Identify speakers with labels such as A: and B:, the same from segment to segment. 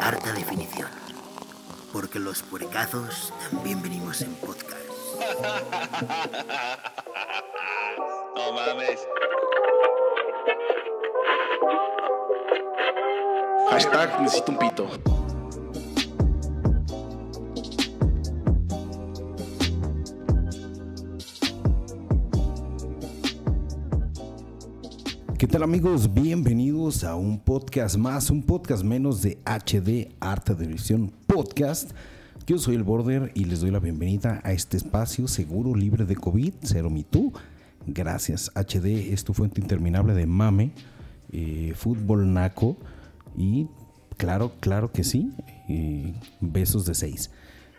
A: harta definición. Porque los puercazos también venimos en podcast.
B: No mames.
C: Hashtag necesito un pito.
D: ¿Qué tal amigos? Bienvenidos a un podcast más, un podcast menos de HD Arte de Visión Podcast. Yo soy el Border y les doy la bienvenida a este espacio seguro, libre de COVID, cero me too. Gracias HD, es tu fuente interminable de mame, eh, fútbol naco y claro, claro que sí, eh, besos de seis.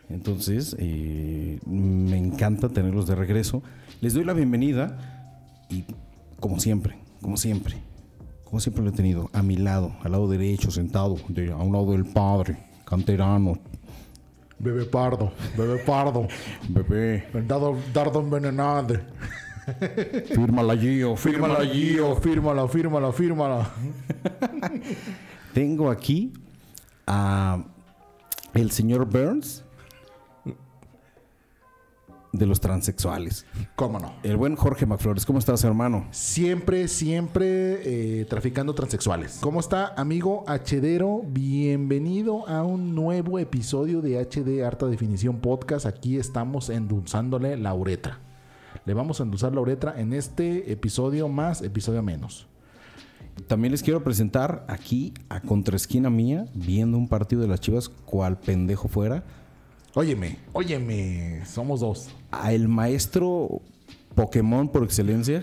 D: Entonces, eh, me encanta tenerlos de regreso. Les doy la bienvenida y como siempre, como siempre, como siempre lo he tenido, a mi lado, al lado derecho, sentado, de- a un lado del padre, canterano,
E: Bebé pardo, bebé pardo,
D: bebé,
E: dardo, dardo envenenado.
D: fírmala Gio,
E: Fírmala,
D: fírmala Gio.
E: Gio, fírmala, fírmala, fírmala.
D: Tengo aquí a el señor Burns de los transexuales.
E: ¿Cómo no?
D: El buen Jorge McFlores, ¿cómo estás, hermano?
E: Siempre, siempre eh, traficando transexuales. ¿Cómo está, amigo Hedero? Bienvenido a un nuevo episodio de HD Harta Definición Podcast. Aquí estamos endulzándole la uretra. Le vamos a endulzar la uretra en este episodio más, episodio menos.
D: También les quiero presentar aquí a contraesquina mía, viendo un partido de las chivas, cual pendejo fuera,
E: Óyeme, óyeme, somos dos.
D: a el maestro Pokémon por excelencia,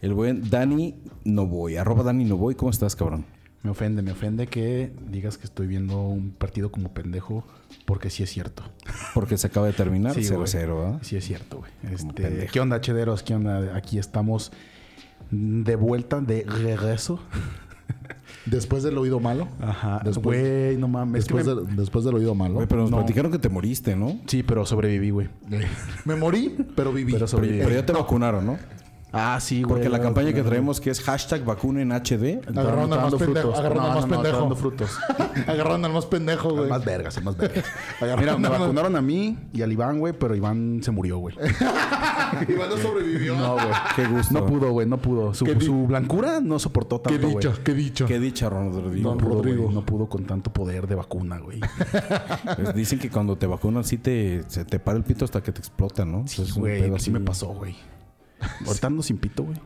D: el buen Dani Novoy, arroba Dani Novoy, ¿cómo estás, cabrón?
F: Me ofende, me ofende que digas que estoy viendo un partido como pendejo, porque sí es cierto.
D: Porque se acaba de terminar,
F: Sí,
D: 0-0,
F: güey.
D: ¿verdad?
F: Sí es cierto, güey. Este,
D: pendejo.
F: ¿Qué onda, chederos? ¿Qué onda? Aquí estamos de vuelta, de regreso.
E: Después del oído malo.
F: Ajá.
E: Después,
F: Güey, no mames. es que
E: después,
F: me-
E: del- después del oído malo.
D: Güey, pero nos
F: No.
D: platicaron que te moriste, ¿no?
F: Sí, pero sobreviví, güey.
E: Me morí, pero viví.
F: Pero
D: Pero,
F: sobreviví.
D: pero ya te vacunaron, ¿no?
F: Ah, sí, güey.
D: Porque la
F: ya-
D: campaña que traemos que es hashtag vacunen HD,
F: Está-
E: Agarraron
F: está
E: al más
F: dando
E: pendejo,
F: frutos.
E: agarraron
F: No,
E: al más
F: no, no, está
E: pendejo.
F: dando frutos.
E: Agarraron al más pendejo, güey.
F: Más vergas, más vergas.
E: Agarraron
F: Mira, me
E: al más-
F: vacunaron a mí y al Iván, güey, pero Iván se murió, güey.
E: Iván no sobrevivió.
F: No, güey.
D: qué gusto.
F: No pudo, güey, no pudo. Su,
E: Qué di-
F: su blancura no soportó
E: qué
F: tanto, güey.
E: dicho, qué dicho.
D: Qué dicha, Rodrigo.
F: No pudo, güey,
E: Rodrigo.
F: no pudo con tanto poder de vacuna, güey.
D: Pues dicen que cuando te vacunan sí te, se te para el pito hasta que te explota, ¿no? Pues,
F: Sí,
D: Es un
F: güey,
D: pedo
F: así me pasó, güey. Ahorita ando sin pito, güey.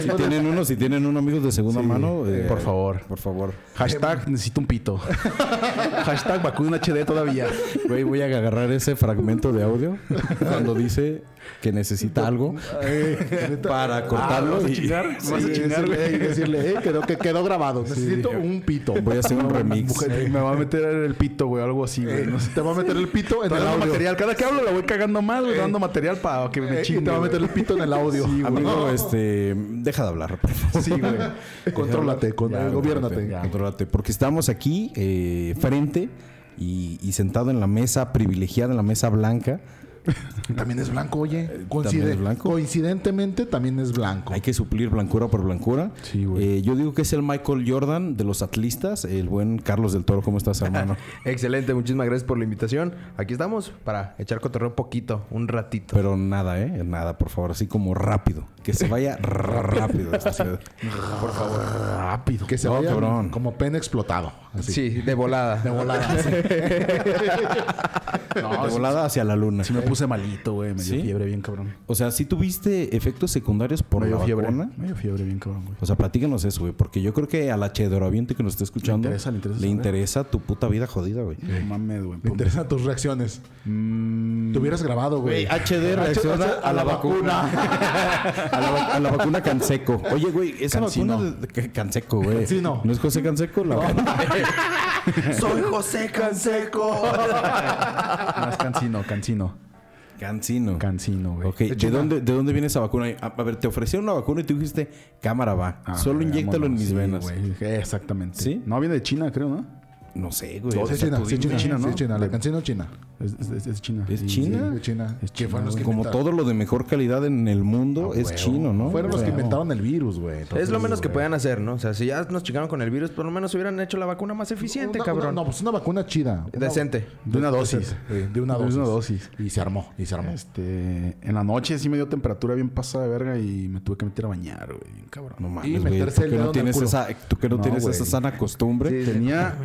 D: Si tienen uno, si tienen un amigo de segunda mano, eh,
F: por favor.
D: por favor.
F: Hashtag necesito un pito. Hashtag vacuna HD todavía.
D: Güey, voy a agarrar ese fragmento de audio cuando dice que necesita algo para cortarlo y
F: Ah, Vas a chingar, güey.
E: Y decirle, eh, quedó, que quedó grabado. Necesito un pito.
D: voy a hacer un remix.
F: Mujer, Me va a meter el pito, güey, algo así, güey. No sé.
E: Te va a meter el pito en el
F: Estoy dando
E: audio.
F: material. Cada que hablo la voy cagando más, güey. Dando material para que
E: Eh,
F: me
E: y
F: chingue.
E: te va a
F: güey.
E: meter el pito en el audio.
F: Sí, güey.
D: Amigo, este, deja de hablar. por favor.
F: Sí, güey.
E: Contrólate, con-
D: Ya,
E: gobiérnate.
D: ya. Contrólate, porque estamos aquí eh, frente y, y sentado en la mesa privilegiada, en la mesa blanca.
E: También es blanco, oye.
D: ¿también es blanco?
E: Coincidentemente, también es blanco.
D: Hay que suplir blancura por blancura.
F: Sí, güey.
D: Eh, yo digo que es el Michael Jordan de los atlistas, el buen Carlos del Toro. ¿Cómo estás, hermano?
G: Excelente, muchísimas gracias por la invitación. Aquí estamos para echar cotorreo poquito, un ratito.
D: Pero nada, ¿eh? Nada, por favor, así como rápido. Que se vaya rápido esta ciudad.
E: Rápido. Que se
D: No,
E: vayan
D: cabrón.
E: como pene explotado. Así.
G: Sí, de volada.
E: De volada. así.
D: de volada hacia la luna.
F: Sí me puse malito, güey. Me dio
D: ¿Sí?
F: fiebre bien cabrón.
D: O sea, si tuviste efectos secundarios por
F: me
D: la
F: dio fiebre.
D: vacuna.
F: Me dio fiebre bien cabrón, güey.
D: O sea, platícanos eso, güey. Porque yo creo que a la chedoroaviente que nos está escuchando
F: Le interesa, le interesa saber.
D: interesa tu puta vida jodida, güey.
F: No mames, güey.
E: Me interesan tus reacciones. Te hubieras grabado, güey.
D: HD reacciona a la vacuna. a, la, va- a la vacuna Canseco. Oye, güey, esa
F: Cancino.
D: vacuna de, de- Canseco, güey.
E: Cancino.
D: ¿No es José Canseco? La
G: Soy José Canseco.
F: No, es cansino, cansino.
D: Cancino.
F: Cansino, güey.
D: Ok, ¿De dónde, ¿de dónde viene esa vacuna? A, a ver, te ofrecieron una vacuna y tú dijiste, cámara va,
F: Ah,
D: solo
F: güey,
D: inyéctalo en
F: vámonos.
D: mis
F: Sí,
D: venas.
F: güey. Eh, Exactamente.
D: ¿Sí?
F: No, viene de China, creo, ¿no?
D: No sé, güey.
E: Sí,
D: O sea,
E: China,
D: tú
E: sí,
D: dime.
E: China,
F: China,
E: sí,
F: ¿no?
E: China, la canción es China.
F: Es, es- es- es China.
D: ¿Es
F: Y-
D: China?
E: de China.
F: Es
E: que fueron los que
D: Como
E: inventaron-
D: todo lo de mejor calidad en el mundo es chino, ¿no?
E: Fueron
D: O
E: los que
D: sea,
E: inventaron el virus, güey.
G: Es
E: Entonces,
G: lo menos que
E: güey.
G: puedan hacer, ¿no? O sea, si ya nos chingaron con el virus, por lo menos hubieran hecho la vacuna más eficiente,
E: Una-
G: cabrón.
E: una- no, pues una vacuna chida. Una-
G: Decente.
F: De una dosis.
E: Sí, eh, de una dosis.
F: De una dosis.
E: Y se armó, y se armó.
F: Este, en la noche sí me dio temperatura bien pasada de verga y me tuve que meter a bañar, güey. bien Cabrón.
D: No
E: Y
D: mames, güey.
E: meterse
D: ¿tú que
E: el dedo en
D: no
E: el
D: tienes
E: culo.
D: esa, tú que no,
F: No,
D: tienes esa
F: güey.
D: sana costumbre.
F: Tenía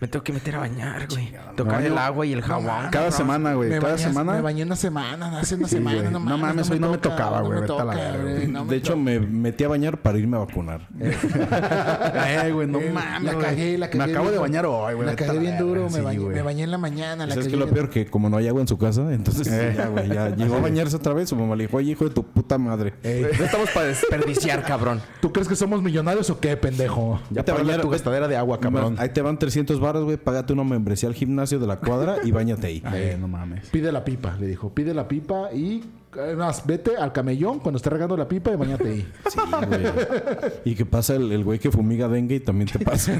G: Me tengo que meter a bañar, güey.
F: Me
G: Tocar
F: baño-
G: el agua y el jabón.
F: cada
G: cabrón.
F: semana, güey.
E: Ah, Me
F: Cada
E: bañé-
F: semana.
E: Me bañé una semana, hace una
F: Sí,
E: semana.
F: güey. No mames, hoy no me
E: toca,
F: tocaba,
E: no
F: güey,
E: me
F: vete a la
E: toca,
F: verga,
E: güey,
F: güey.
E: no me
D: de hecho,
E: toca.
D: me metí a bañar para irme a vacunar.
F: Eh, güey, no mames.
E: la
F: güey.
E: cagué, la cagué.
F: Me
E: bien
F: acabo de
E: duro.
F: bañar hoy, güey.
E: La
F: vete a
E: cagué bien
F: verga,
E: duro, me,
F: sí,
E: bañé,
F: güey.
E: me bañé en la mañana.
D: ¿Sabes
E: La
D: qué
E: cagué
D: es lo
E: bien-
D: peor? Que como no hay agua en su casa, entonces ya, güey, ya llegó a bañarse otra vez. Su mamá le dijo, oye, hijo de tu puta madre.
G: No estamos para desperdiciar, cabrón.
E: ¿Tú crees que somos millonarios o qué, pendejo?
D: Ya
G: paga tu gastadera de agua, cabrón.
D: Ahí te van 300 baros, güey. Págate una membresía al gimnasio de la cuadra y bañate ahí.
F: Eh, no mames.
E: Pide la pipa, le dijo. Pide la pipa y... Además, vete al camellón cuando esté regando la pipa y bañate ahí.
D: Sí, güey. Y que pasa el el güey que fumiga dengue y también te pasa.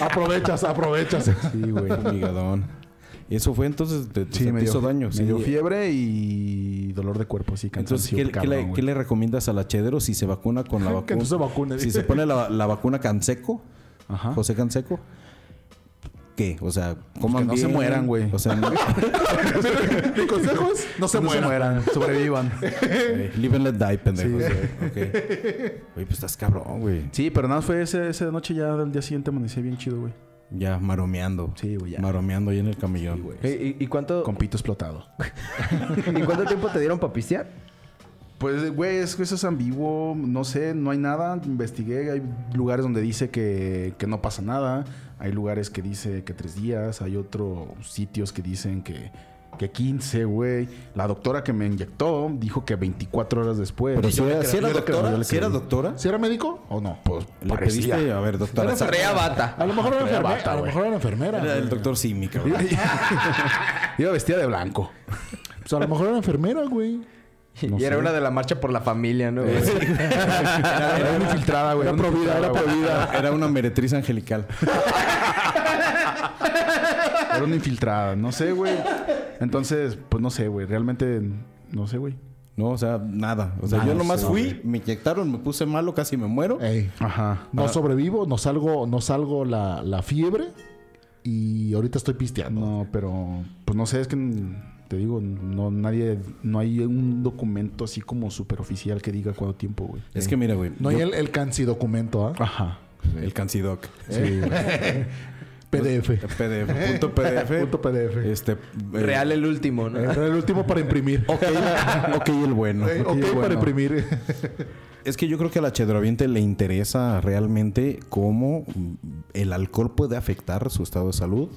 E: aprovechas, aprovechas.
D: Sí, güey. Fumigadón. Y eso fue entonces, te, te- te
F: me
D: hizo
F: dio,
D: daño.
F: Me
D: sí.
F: dio fiebre y dolor de cuerpo, así
D: Entonces,
F: cansancio,
D: ¿qué, qué
F: cabrón,
D: le,
F: güey.
D: qué le recomiendas al achedero si se vacuna con la vacuna?
E: no se vacune,
D: Si
E: dice.
D: se pone la, la vacuna Canseco,
F: Ajá.
D: José Canseco, ¿qué? O sea, coman
F: que no se
D: bien,
F: mueran, güey.
D: O sea, no-
E: Mi consejo es, no se
F: No se
E: mueran.
F: mueran, sobrevivan.
D: Eh, Live and let die, pendejos. güey. Ok. Güey, pues estás cabrón, güey.
F: Sí, pero nada, más fue ese- esa noche ya al día siguiente amanecí bien chido, güey.
D: Ya maromeando.
F: Sí, güey, ya.
D: Maromeando ahí en el camellón.
G: Eh, ¿Y, y cuánto,
F: Con pito explotado.
G: ¿Y cuánto tiempo te dieron para pistear?
F: Pues, güey, es que eso es ambiguo, no sé, no hay nada, investigué, hay lugares donde dice que, que no pasa nada, hay lugares que dice que tres días, hay otros sitios que dicen que, que 15, güey. La doctora que me inyectó dijo que 24 horas después.
D: Pero si
F: Yo le
D: era,
F: creo,
D: si era
F: yo le creo, yo
D: doctora,
F: le
D: si era
F: creo.
D: doctora,
E: ¿Si era médico o no?
F: Pues,
D: le
F: parecía.
D: pediste, a ver, doctora. saca-
G: Rea bata.
E: A lo mejor era
F: traía
E: enfermera.
F: bata,
E: a lo
F: güey.
E: mejor era enfermera.
D: Era el
E: güey.
D: doctor Simi, cabrón.
F: Iba vestida de blanco.
E: Pues a lo mejor era enfermera, güey.
F: No
G: y
F: sé.
G: era
F: Eh,
G: una de la marcha por la familia, ¿no?
F: Era, era una infiltrada, güey. Era provida, era provida.
D: Era una meretriz angelical.
F: Era una infiltrada, no sé, güey. Entonces, pues no sé, güey. Realmente, no sé, güey.
D: No, o sea, nada. O sea,
F: Nada,
D: yo nomás
F: sí, Eh.
D: fui, me inyectaron, me puse malo, casi me muero.
E: Ey.
F: Ajá.
E: No sobrevivo, no salgo, no salgo la, la fiebre y ahorita estoy pisteando.
F: No, pero pues no sé, es que mm, te digo, no nadie no hay un documento así como super oficial que diga cuánto tiempo, güey.
D: Es que mira, güey.
E: No
D: yo-
E: hay el, el cansi documento, ¿ah?
F: Ajá.
D: el Cancidoc. pues,
E: PDF.
D: PDF. Punto PDF.
E: Punto PDF.
D: Este. eh,
G: Real el último, ¿no?
F: Eh.
E: Era el último para imprimir.
D: Ok, ok, el bueno.
E: Eh, ok,
F: ok,
E: para
F: bueno.
E: imprimir.
D: Es que yo creo que a la chedraviente le interesa realmente cómo el alcohol puede afectar su estado de salud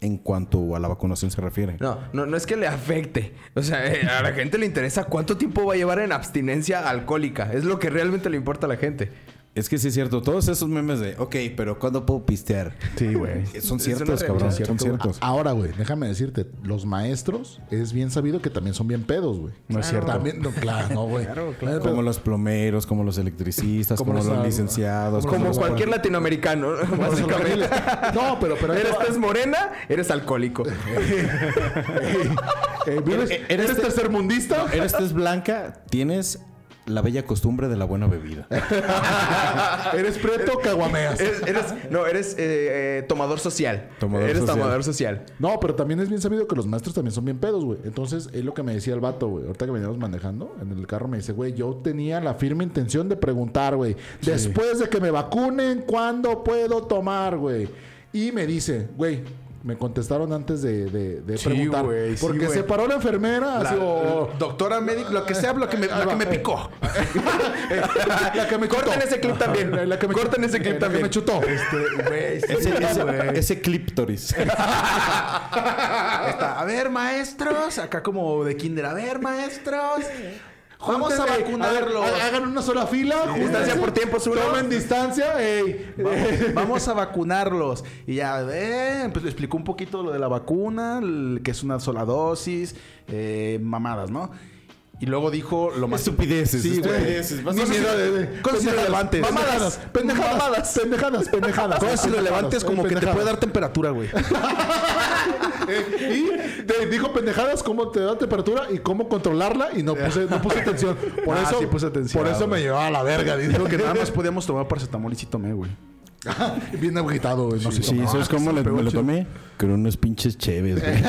D: en cuanto a la vacunación se refiere.
G: No, no, no es que le afecte. O sea, eh, a la gente le interesa cuánto tiempo va a llevar en abstinencia alcohólica. Es lo que realmente le importa a la gente.
D: Es que sí es cierto, todos esos memes de, ok, pero ¿cuándo puedo pistear? Eh,
F: Sí, güey.
D: Son
G: Es
D: ciertos,
G: una
D: cabrón,
G: realidad,
D: son ciertos.
E: Ahora, güey, Ah, déjame decirte, los maestros es bien sabido que también son bien pedos, güey.
F: No es cierto.
E: También, no, claro, no, güey.
D: Como los plomeros, como los electricistas, como, los, licenciados.
F: Pues
G: Como
D: los-
G: cualquier latinoamericano, ¿no? básicamente.
E: No, pero, pero ahí te
G: Eres
E: va.
G: estás morena, eres alcohólico.
E: Eh, ¿vives- ¿Eres tercermundista?
D: Eres tez blanca, tienes la bella costumbre de la buena bebida.
E: ¿Eres preto? Caguameas.
G: Eres, eres- no, eres eh, eh, tomador social.
D: Tomador
G: eres
D: social.
G: tomador social.
E: No, pero también es bien sabido que los maestros también son bien pedos, güey. Entonces, es lo que me decía el vato, güey. Ahorita que veníamos manejando en el carro, me dice, güey, yo tenía la firme intención de preguntar, güey, después de que me vacunen, ¿cuándo puedo tomar, güey? Y me dice, güey. Me contestaron antes de, de- de
F: Sí,
E: preguntar.
F: güey, sí,
E: porque
F: güey.
E: se paró la enfermera.
F: Ah,
E: así, o-
F: doctora médico, lo que sea, lo que me,
E: la que me picó. la que me
G: Corten
E: chutó.
G: ese clip también.
E: La que me
G: Corten ese
E: la
G: clip también. Este,
E: Que me chutó.
F: Este,
D: Ese, ese, ese clíptoris.
F: a ver, maestros, acá como de kinder, a ver, maestros.
E: Vamos a vacunarlo. Hagan una sola fila.
G: Distancia
E: júntense,
G: por tiempos uno.
E: Tomen distancia. ey.
F: Vamos, vamos a vacunarlos. Y ya, eh, pues le explicó un poquito lo de la vacuna, el- que es una sola dosis, eh, mamadas, ¿no? Y luego dijo lo más.
D: Estupideces,
F: Sí, güey.
D: estupideces, más
F: Ni
D: o menos.
F: siquiera de- de-
E: Cosas
F: pendejadas,
E: irrelevantes.
F: Mamadas.
E: Pendejadas, pendejadas, pendejadas, pendejadas.
F: Cosas irrelevantes como que te puede dar temperatura, güey.
E: Y te dijo pendejadas, cómo te da temperatura y cómo controlarla y no puse, no puse atención. Por
F: Ah,
E: eso,
F: sí puse atención,
E: por eso me
F: güey.
E: llevaba a la verga. Dijo
F: Dijo que nada más podíamos tomar paracetamol y sí tomé, güey.
E: bien agitado. güey, No sé
D: Sí,
E: cómo.
D: ¿sabes
E: Ah,
D: cómo
E: que se
D: le-
E: pegó
D: me lo
E: chido.
D: tomé? Con unos pinches cheves, güey.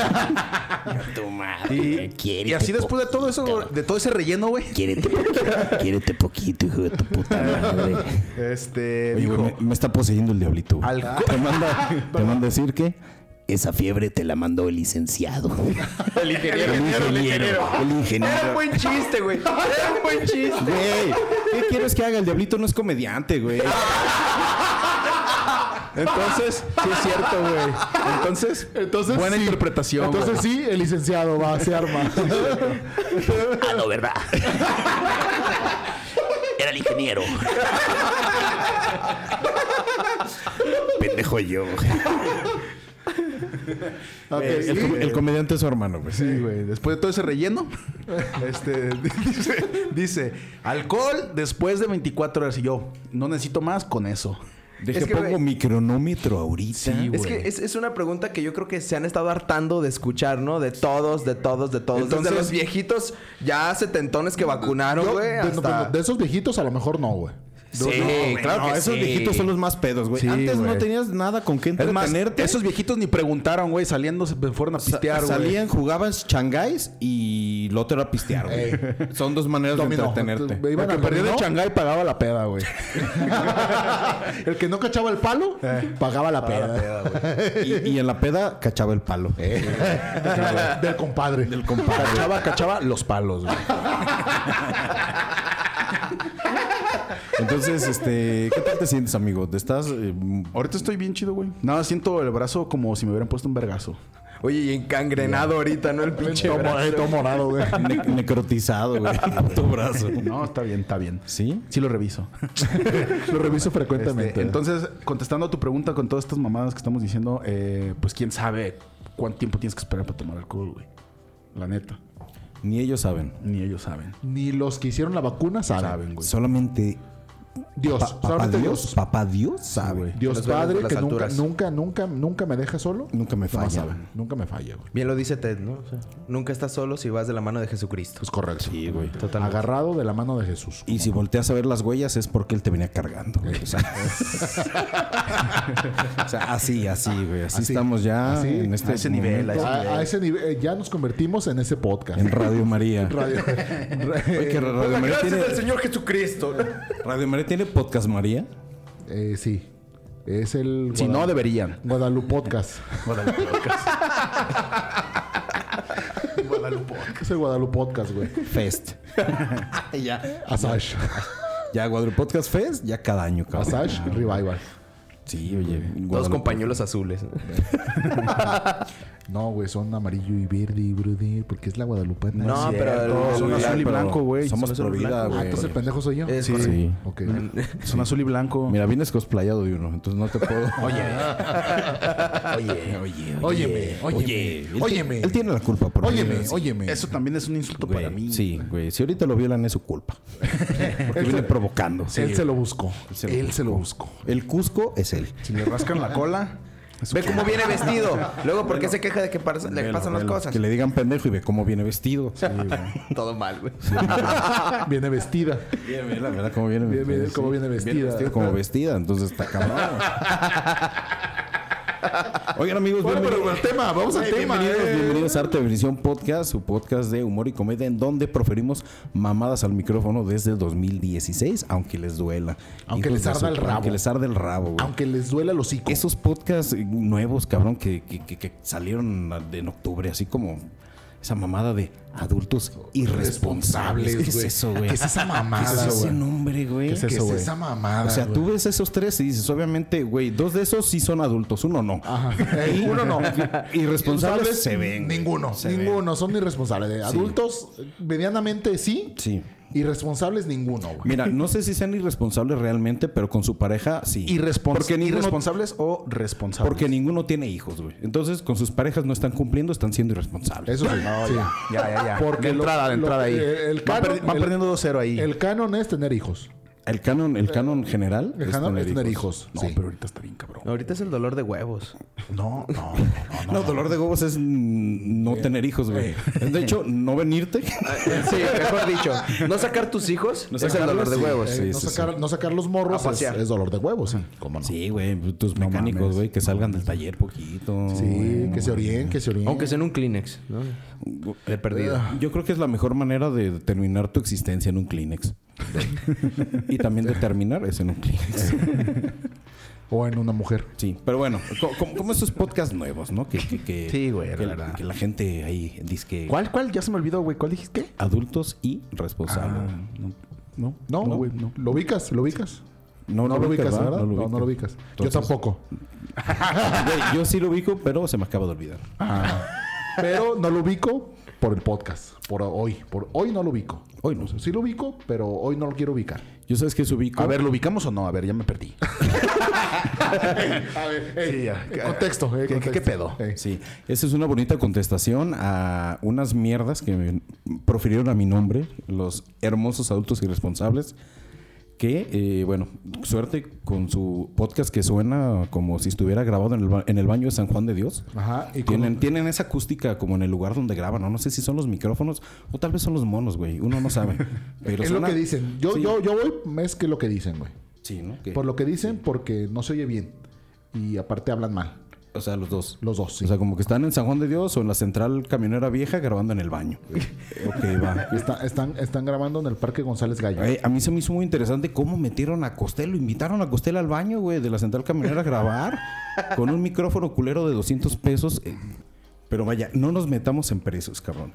D: tu madre.
F: Y,
D: quiérete
F: y así
G: este
F: después de todo eso,
D: poquito.
F: de todo ese relleno, güey.
D: Quiérete poquito, quiérete poquito, hijo de tu puta madre.
F: Este.
D: Oye, güey,
F: dijo,
D: me, me está poseyendo el diablito. güey. Te manda, te manda a decir que esa fiebre te la mandó el licenciado.
G: El ingeniero.
D: El ingeniero. El
G: Era un
D: ingeniero.
G: buen chiste, güey. Era un buen chiste.
D: Güey, ¿qué quieres que haga? El diablito no es comediante, güey.
F: Entonces, sí es cierto, güey. Entonces,
E: Entonces,
F: buena
E: sí.
F: interpretación.
E: Entonces
F: güey.
E: sí, el licenciado va, se arma.
A: Ah, no, ¿verdad? Era el ingeniero.
D: Pendejo yo.
E: Ok,
D: El,
E: sí.
D: com- el comediante es su hermano, güey.
F: Sí, güey. Después de todo ese relleno, este, dice, dice, alcohol después de 24 horas. Y yo, no necesito más con eso.
D: Deje
G: Es que,
D: pongo
G: güey-
D: mi cronómetro ahorita.
F: Sí,
G: Es que es, es una pregunta que yo creo que se han estado hartando de escuchar, ¿no? De todos, de todos, de todos.
F: Entonces-
G: Desde los viejitos ya setentones que vacunaron,
E: Yo,
G: güey.
E: de,
G: hasta...
E: de esos viejitos a lo mejor no, güey.
G: Sí, claro
D: No,
G: que
D: esos
G: sí.
D: viejitos son los más pedos, güey.
F: Sí,
D: Antes no
F: güey.
D: tenías nada con qué
F: Es más,
D: entretenerte.
F: esos viejitos ni preguntaron, güey. Saliendo se fueron a
D: Sa-
F: pistear, güey.
D: salían, jugaban changáis y lo otro era pistear, güey. Son dos maneras
E: Dominó.
D: de entretenerte.
E: Iban
F: El que
E: al
F: perdió de
E: dominó.
F: Shanghái pagaba la peda, güey.
E: El que no cachaba el palo, pagaba la peda.
D: Y, y en la peda cachaba el palo.
E: Del compadre.
D: Del compadre.
F: Cachaba, cachaba los palos, güey.
D: Entonces, este, ¿qué tal te sientes, amigo? ¿Te estás eh, m-
F: Ahorita estoy bien chido, güey. Nada, siento el brazo como si me hubieran puesto un vergazo.
G: Oye, y encangrenado ahorita, ¿no? El pinche
E: Todo,
G: brazo.
E: eh, todo morado, güey.
D: ne- necrotizado, güey? Puto brazo.
F: No, está bien, está bien.
D: ¿Sí?
F: Sí lo reviso.
E: Lo reviso frecuentemente.
F: Este, entonces, contestando a tu pregunta con todas estas mamadas que estamos diciendo, eh, pues quién sabe cuánto tiempo tienes que esperar para tomar alcohol, güey. La neta.
D: Ni ellos saben.
F: Ni ellos saben.
E: Ni los que hicieron la vacuna saben.
F: Saben, güey.
D: Solamente
E: Dios,
D: pa- papá
E: solamente
D: Dios,
E: Dios.
D: papá Dios sabe.
E: Dios
G: Los verdes de
E: Padre,
G: las
E: que nunca,
G: alturas.
E: nunca, nunca, nunca me deja solo.
D: Nunca me
E: Nomás
D: falla.
E: sabe. Nunca me falla, güey.
G: Bien lo dice Ted, ¿no? O sea, nunca estás solo si vas de la mano de Jesucristo.
E: Es correcto.
D: Sí, güey.
G: Totalmente.
E: Agarrado de la mano de Jesús.
D: Y si volteas a ver las huellas es porque él te venía cargando. güey. O sea, o sea, así, así, güey. Así, estamos ya
E: Así,
D: en este
F: a ese nivel,
D: momento,
E: A, a ese nivel, eh, ya nos convertimos en ese podcast.
D: en Radio María.
E: Radio-
D: Oye,
F: Pues,
D: que Radio, María tiene,
G: Señor Jesucristo.
D: Radio María tiene podcast María.
E: eh, sí. Es el
F: Si no, deberían.
E: Guadalupe Podcast. Guadalupe Podcast. Es el Guadalupe Podcast, güey.
D: Fest.
E: Asash.
D: Ya Guadalupe Podcast Fest, ya cada año, cabrón.
E: Asash Revival.
D: Sí, oye.
G: Todos
D: Guadalupe-
G: con pañuelos azules.
E: No, güey, son amarillo y verde y brudí, porque es la guadalupana.
G: No,
E: Sí.
G: pero
F: Todos son
G: el-
F: azul y
D: pero
F: blanco, güey.
D: somos
F: Son azul y
D: pro vida,
F: blanco.
D: güey.
E: Ah, entonces el pendejo soy yo.
G: Es
F: Sí.
G: correcto.
D: Sí.
E: Ok.
F: Son azul y blanco.
D: Mira, vienes cosplayado de uno, entonces no te puedo. Oye,
A: Oye, oye,
E: Óyeme, óyeme,
D: él,
E: óyeme.
D: él tiene la culpa por
E: Óyeme,
D: venir así.
E: óyeme.
F: Eso también es un insulto
D: Güey,
F: para mí.
D: Sí, güey. Si ahorita lo violan es su culpa. Porque viene provocando.
E: Él se lo buscó.
D: se lo
E: Él se lo buscó.
D: El Cusco es él.
F: Si le rascan la cola.
G: Ve cómo viene vestido. Luego, ¿por qué se queja de que pasa- le pasan las
D: Velo,
G: cosas?
D: Que le digan pendejo y ve cómo viene vestido. Sí,
G: Todo mal, güey.
E: Viene vestida.
D: bien, bien, la verdad, cómo viene,
E: Bien, bien, cómo viene vestida.
D: como vestida, entonces está cabrón. Oigan, amigos,
E: Bueno, pero
D: bienvenidos-
E: el tema, vamos al
D: Ay,
E: tema.
D: Bienvenidos,
E: eh.
D: bienvenidos a Arte de Definición Podcast, su podcast de humor y comedia, en donde proferimos mamadas al micrófono desde el 2016, aunque les duela.
E: Aunque
D: Hijos
E: les
D: de
E: arda el rabo.
D: Aunque les arde el rabo, güey.
E: Aunque les duela el hocico.
D: Esos podcasts eh, nuevos, cabrón, que, que- que- que salieron de- en octubre, así como esa mamada de adultos irresponsables.
E: Responsables,
D: ¿Qué es
E: güey.
D: eso, güey?
E: ¿Qué es esa mamada,
D: ¿Qué es ese
E: güey?
D: nombre, güey?
E: ¿Qué es eso, güey? esa mamada,
D: O sea, tú
E: güey?
D: ves esos tres y dices, obviamente, güey, dos de esos sí son adultos, uno no. Y-
E: Uno no.
D: Irresponsables se ven. güey.
E: Ninguno.
D: Se ven.
E: ninguno. Son irresponsables. Adultos, medianamente sí.
D: Sí.
E: Irresponsables ninguno, güey.
D: Mira, no sé si sean irresponsables realmente, pero con su pareja sí.
F: Irrespons-
D: Porque ninguno-
F: irresponsables o responsables.
D: Porque ninguno tiene hijos, güey. Entonces, con sus parejas no están cumpliendo, están siendo irresponsables.
E: Eso sí. sí.
F: Oh, Ya, ya, ya.
E: Porque
F: de
E: lo-
F: entrada, de
E: lo-
F: entrada ahí.
E: eh, el
F: van
E: cano-
F: perdi- van
E: el-
F: perdiendo 2-0 ahí.
E: El canon es tener hijos.
D: El canon, el canon general
E: El canon es tener hijos.
F: no,
E: sí.
F: pero ahorita está bien, cabrón.
G: Ahorita es el dolor de huevos.
E: No, no,
D: No, dolor de huevos es mm, no tener hijos, güey. De hecho, no venirte.
G: Ah, eh, Sí, mejor dicho. No sacar tus hijos
D: No
G: es el
D: sacarlos,
G: dolor de
D: sí.
G: huevos.
E: Eh,
D: Sí,
E: no,
D: sí,
E: sacar, no sacar los morros
G: A
E: es,
G: pasear.
E: es dolor de huevos, sí. ¿Cómo no? Sí,
D: Sí, güey. Tus mecánicos, güey, que salgan del taller poquito.
E: que se orien, que se orien.
G: Aunque sea en un Kleenex, ¿no? De perdido.
D: Yo creo que es la mejor manera de determinar tu existencia en un Kleenex. y también determinar es en un Kleenex.
E: O en una mujer.
D: Sí, pero bueno, co- como, como esos podcasts nuevos, ¿no? Que, que, que-
F: Sí, güey, la
D: que,
F: verdad.
D: que la gente ahí dice que
F: ¿Cuál, cuál? Ya se me olvidó, güey. ¿Cuál dijiste? ¿Qué?
D: adultos y responsables.
E: No, no, güey, no. ¿Lo ubicas? ¿Lo ubicas?
D: No,
E: No lo ubicas,
D: ¿verdad?
E: ¿verdad? No, no lo ubicas. Yo
D: Entonces-
E: tampoco.
D: Güey, Yo sí lo ubico, pero se me acaba de olvidar.
E: Pero no lo ubico por el podcast, por hoy. Por hoy no lo ubico.
D: Hoy no.
E: Sí lo ubico, pero hoy no lo quiero ubicar.
D: Yo sabes que se ubico.
F: A ver, ¿lo ubicamos o no? A ver, ya me perdí.
E: A ver, eh,
F: Sí, ya.
E: eh, contexto, eh,
F: ¿Qué- qué- qué
E: contexto.
F: pedo?
E: Eh.
D: Sí, esa es una bonita contestación a unas mierdas que me profirieron a mi nombre, los hermosos adultos irresponsables, que, eh, bueno, suerte con su podcast que suena como si estuviera grabado en el, ba- en el baño de San Juan de Dios.
E: Ajá. Y con-
D: Tienen, tienen esa acústica como en el lugar donde graban, ¿no? No sé si son los micrófonos o tal vez son los monos, güey. Uno no sabe. Pero
E: es
D: suena-
E: lo que dicen. Yo,
D: Sí,
E: yo, yo voy, es que lo que dicen, güey.
D: Sí, ¿no? Que-
E: Por lo que dicen, porque no se oye bien. Y aparte hablan mal.
D: O sea, los dos.
E: Los dos, sí.
D: O sea, como que están en San Juan de Dios o en la central camionera vieja grabando en el baño. ok, va.
E: Está- están, están grabando en el Parque González Gallo.
D: Ay, a mí se me hizo muy interesante cómo metieron a Costel, lo invitaron a Costel al baño, güey, de la central camionera a grabar con un micrófono culero de 200 pesos. eh. Pero vaya, no nos metamos en presos, cabrón.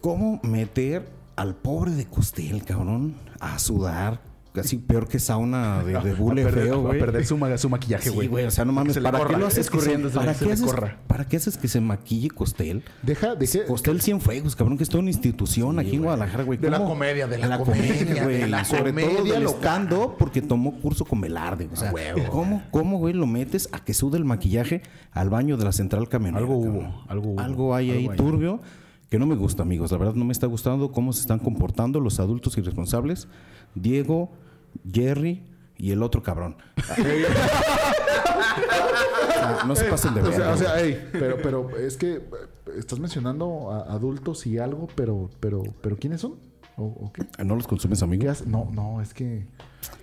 D: ¿Cómo meter al pobre de Costel, cabrón, a sudar? Casi peor que sauna de, de bule
F: a perder,
D: feo,
F: va a
D: güey.
F: perder su, ma- su maquillaje,
D: Sí,
F: güey.
D: güey, o sea, no mames,
F: se le
D: ¿para qué
F: corra,
D: lo haces que se-
F: escurriendo, se le-
D: ¿Para
F: se
D: qué
F: le
D: haces-
F: corra.
D: para qué haces que se maquille Costel?
E: Deja, deje.
D: Costel Cienfuegos, cabrón, que es toda una institución aquí en Guadalajara, güey.
E: De la
D: ¿Cómo?
E: comedia, de la comedia, de la
D: Sobre todo
E: comedia
D: del
E: local.
D: stand-up, porque tomó curso con Velarde. O sea, ¿cómo, ¿cómo, güey, lo metes a que sude el maquillaje al baño de la central camionera?
F: Algo hubo,
D: cabrón?
F: algo hubo,
D: hay
F: algo
D: ahí
F: hay.
D: turbio que no me gusta, amigos. La verdad no me está gustando cómo se están comportando los adultos irresponsables. Diego, Jerry y el otro cabrón. O sea, no se pasen de
E: O sea,
D: verga,
E: o
D: güey.
E: sea, ey, pero, pero es que eh, estás mencionando a adultos y algo, pero, pero, pero ¿quiénes son? ¿O, o qué?
D: ¿No los consumes,
E: ¿Qué
D: amigos?
E: hace? No, no, es que.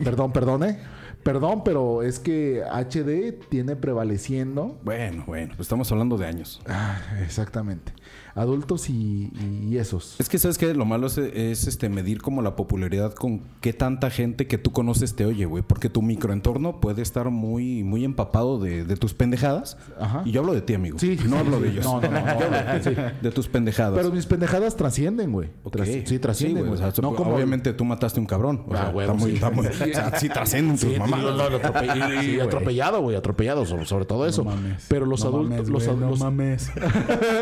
E: Perdón, perdón, eh. Perdón, pero es que HD tiene prevaleciendo.
D: Bueno, bueno, pues estamos hablando de años.
E: Ah, exactamente. Adultos y, y esos.
D: Es que sabes que lo malo es, es, este medir como la popularidad con qué tanta gente que tú conoces te oye, güey. Porque tu microentorno puede estar muy, muy empapado de, de tus pendejadas.
E: Ajá.
D: Y yo hablo de ti, amigo.
E: Sí, sí,
D: no
E: sí,
D: hablo
E: sí.
D: de ellos.
E: No, no, no, no.
D: Yo hablo de, ti, de tus pendejadas.
E: Pero mis pendejadas trascienden, güey.
D: Ok.
E: Tras- sí, trascienden.
D: güey, o
E: güey.
D: sea, pues,
E: no como.
D: Obviamente tú mataste a un cabrón. O
E: Ah,
D: sea,
E: güey,
D: está muy-
E: sí.
D: está muy- o sea, sí trascienden tus mamás.
E: No, no, lo atrope- y- y atropellado, güey, atropellado, sobre, sobre todo eso. Pero los adultos, los,
F: güey,
E: adultos-
F: mames.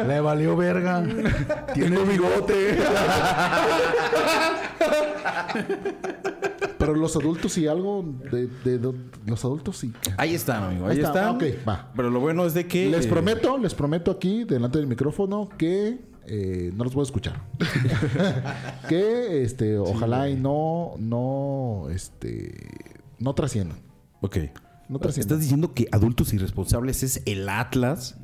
F: Le valió verga. Tiene bigote.
E: pero los adultos y algo de, de- de- los adultos y
D: Ahí están, amigo. Ahí,
E: Ahí está,
D: están.
E: ok, va.
D: Pero lo bueno es de que...
E: les
D: eh,
E: prometo, les prometo aquí delante del micrófono que eh, no los voy a escuchar. que este, ojalá y no, no, este, no trasciendan.
D: Ok.
E: No trasciende.
D: Estás diciendo que adultos irresponsables es el atlas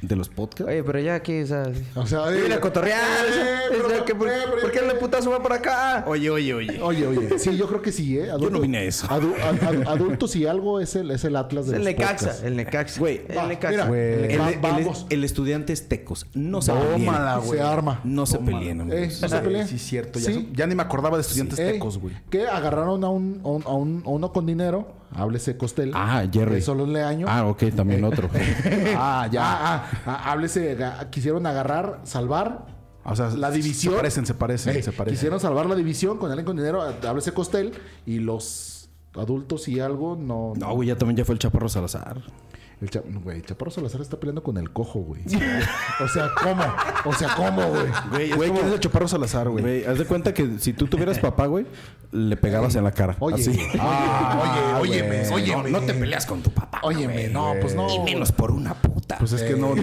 D: de los podcasts.
G: Oye, pero ya aquí, o sea.
E: O sea,
G: yo vine
E: eh,
G: a cotorrear. o sea,
E: eh,
G: es
E: pero-
G: la que por,
E: eh, pero-
G: ¿por qué el putazo va para acá?
A: Oye, oye, oye.
E: Oye, oye, sí, yo creo que sí, ¿eh? Adulto-
D: no vine a eso.
E: adu- ad- ad- adultos y algo es el, es el Atlas
G: Es
E: de
G: el
E: los
G: Necaxa.
E: podcasts.
G: El Necaxa.
D: Güey,
E: va,
G: el Necaxa.
E: mira,
D: El,
E: güey. Va-
D: el-
E: vamos.
D: el estudiante es tecos. No se
E: Tómala,
D: peleen.
E: güey. Se arma.
D: No se
F: Tómala.
D: peleen, amigos.
E: Eh, no se pelea.
F: Sí, cierto. Ya,
E: Sí. eh.
F: son- ya ni me acordaba de estudiantes
E: Ey,
F: tecos, güey.
E: Que agarraron a un, a un- a un- a uno con dinero, háblese Costel.
D: Ah, Jerry.
E: De solo un leaño.
D: Ah, ok, también otro.
E: Ah, ya. háblese, ga- quisieron agarrar, salvar.
F: O sea,
E: la división.
F: Se parecen, se parecen,
E: Ey,
F: se parecen.
E: Quisieron salvar la división con alguien con dinero, a- háblese Costel. Y los adultos y algo no.
D: No, güey, ya también ya fue el Chaparro Salazar.
E: El, cha- güey, el Chaparro Salazar está peleando con el cojo, güey. O sea, ¿cómo? O sea, ¿cómo, güey?
F: Güey,
D: es
F: ¿quién
D: como-
F: es el Chaparro Salazar, güey?
D: Güey, haz de cuenta que si tú tuvieras papá, güey, le pegabas en la cara.
E: Oye,
D: así.
E: Ah,
F: oye,
E: güey.
F: óyeme,
E: No,
D: No, no te peleas con tu papá.
E: Óyeme,
D: güey.
E: no, pues no.
D: Y menos por una puta.
F: Pues es que no.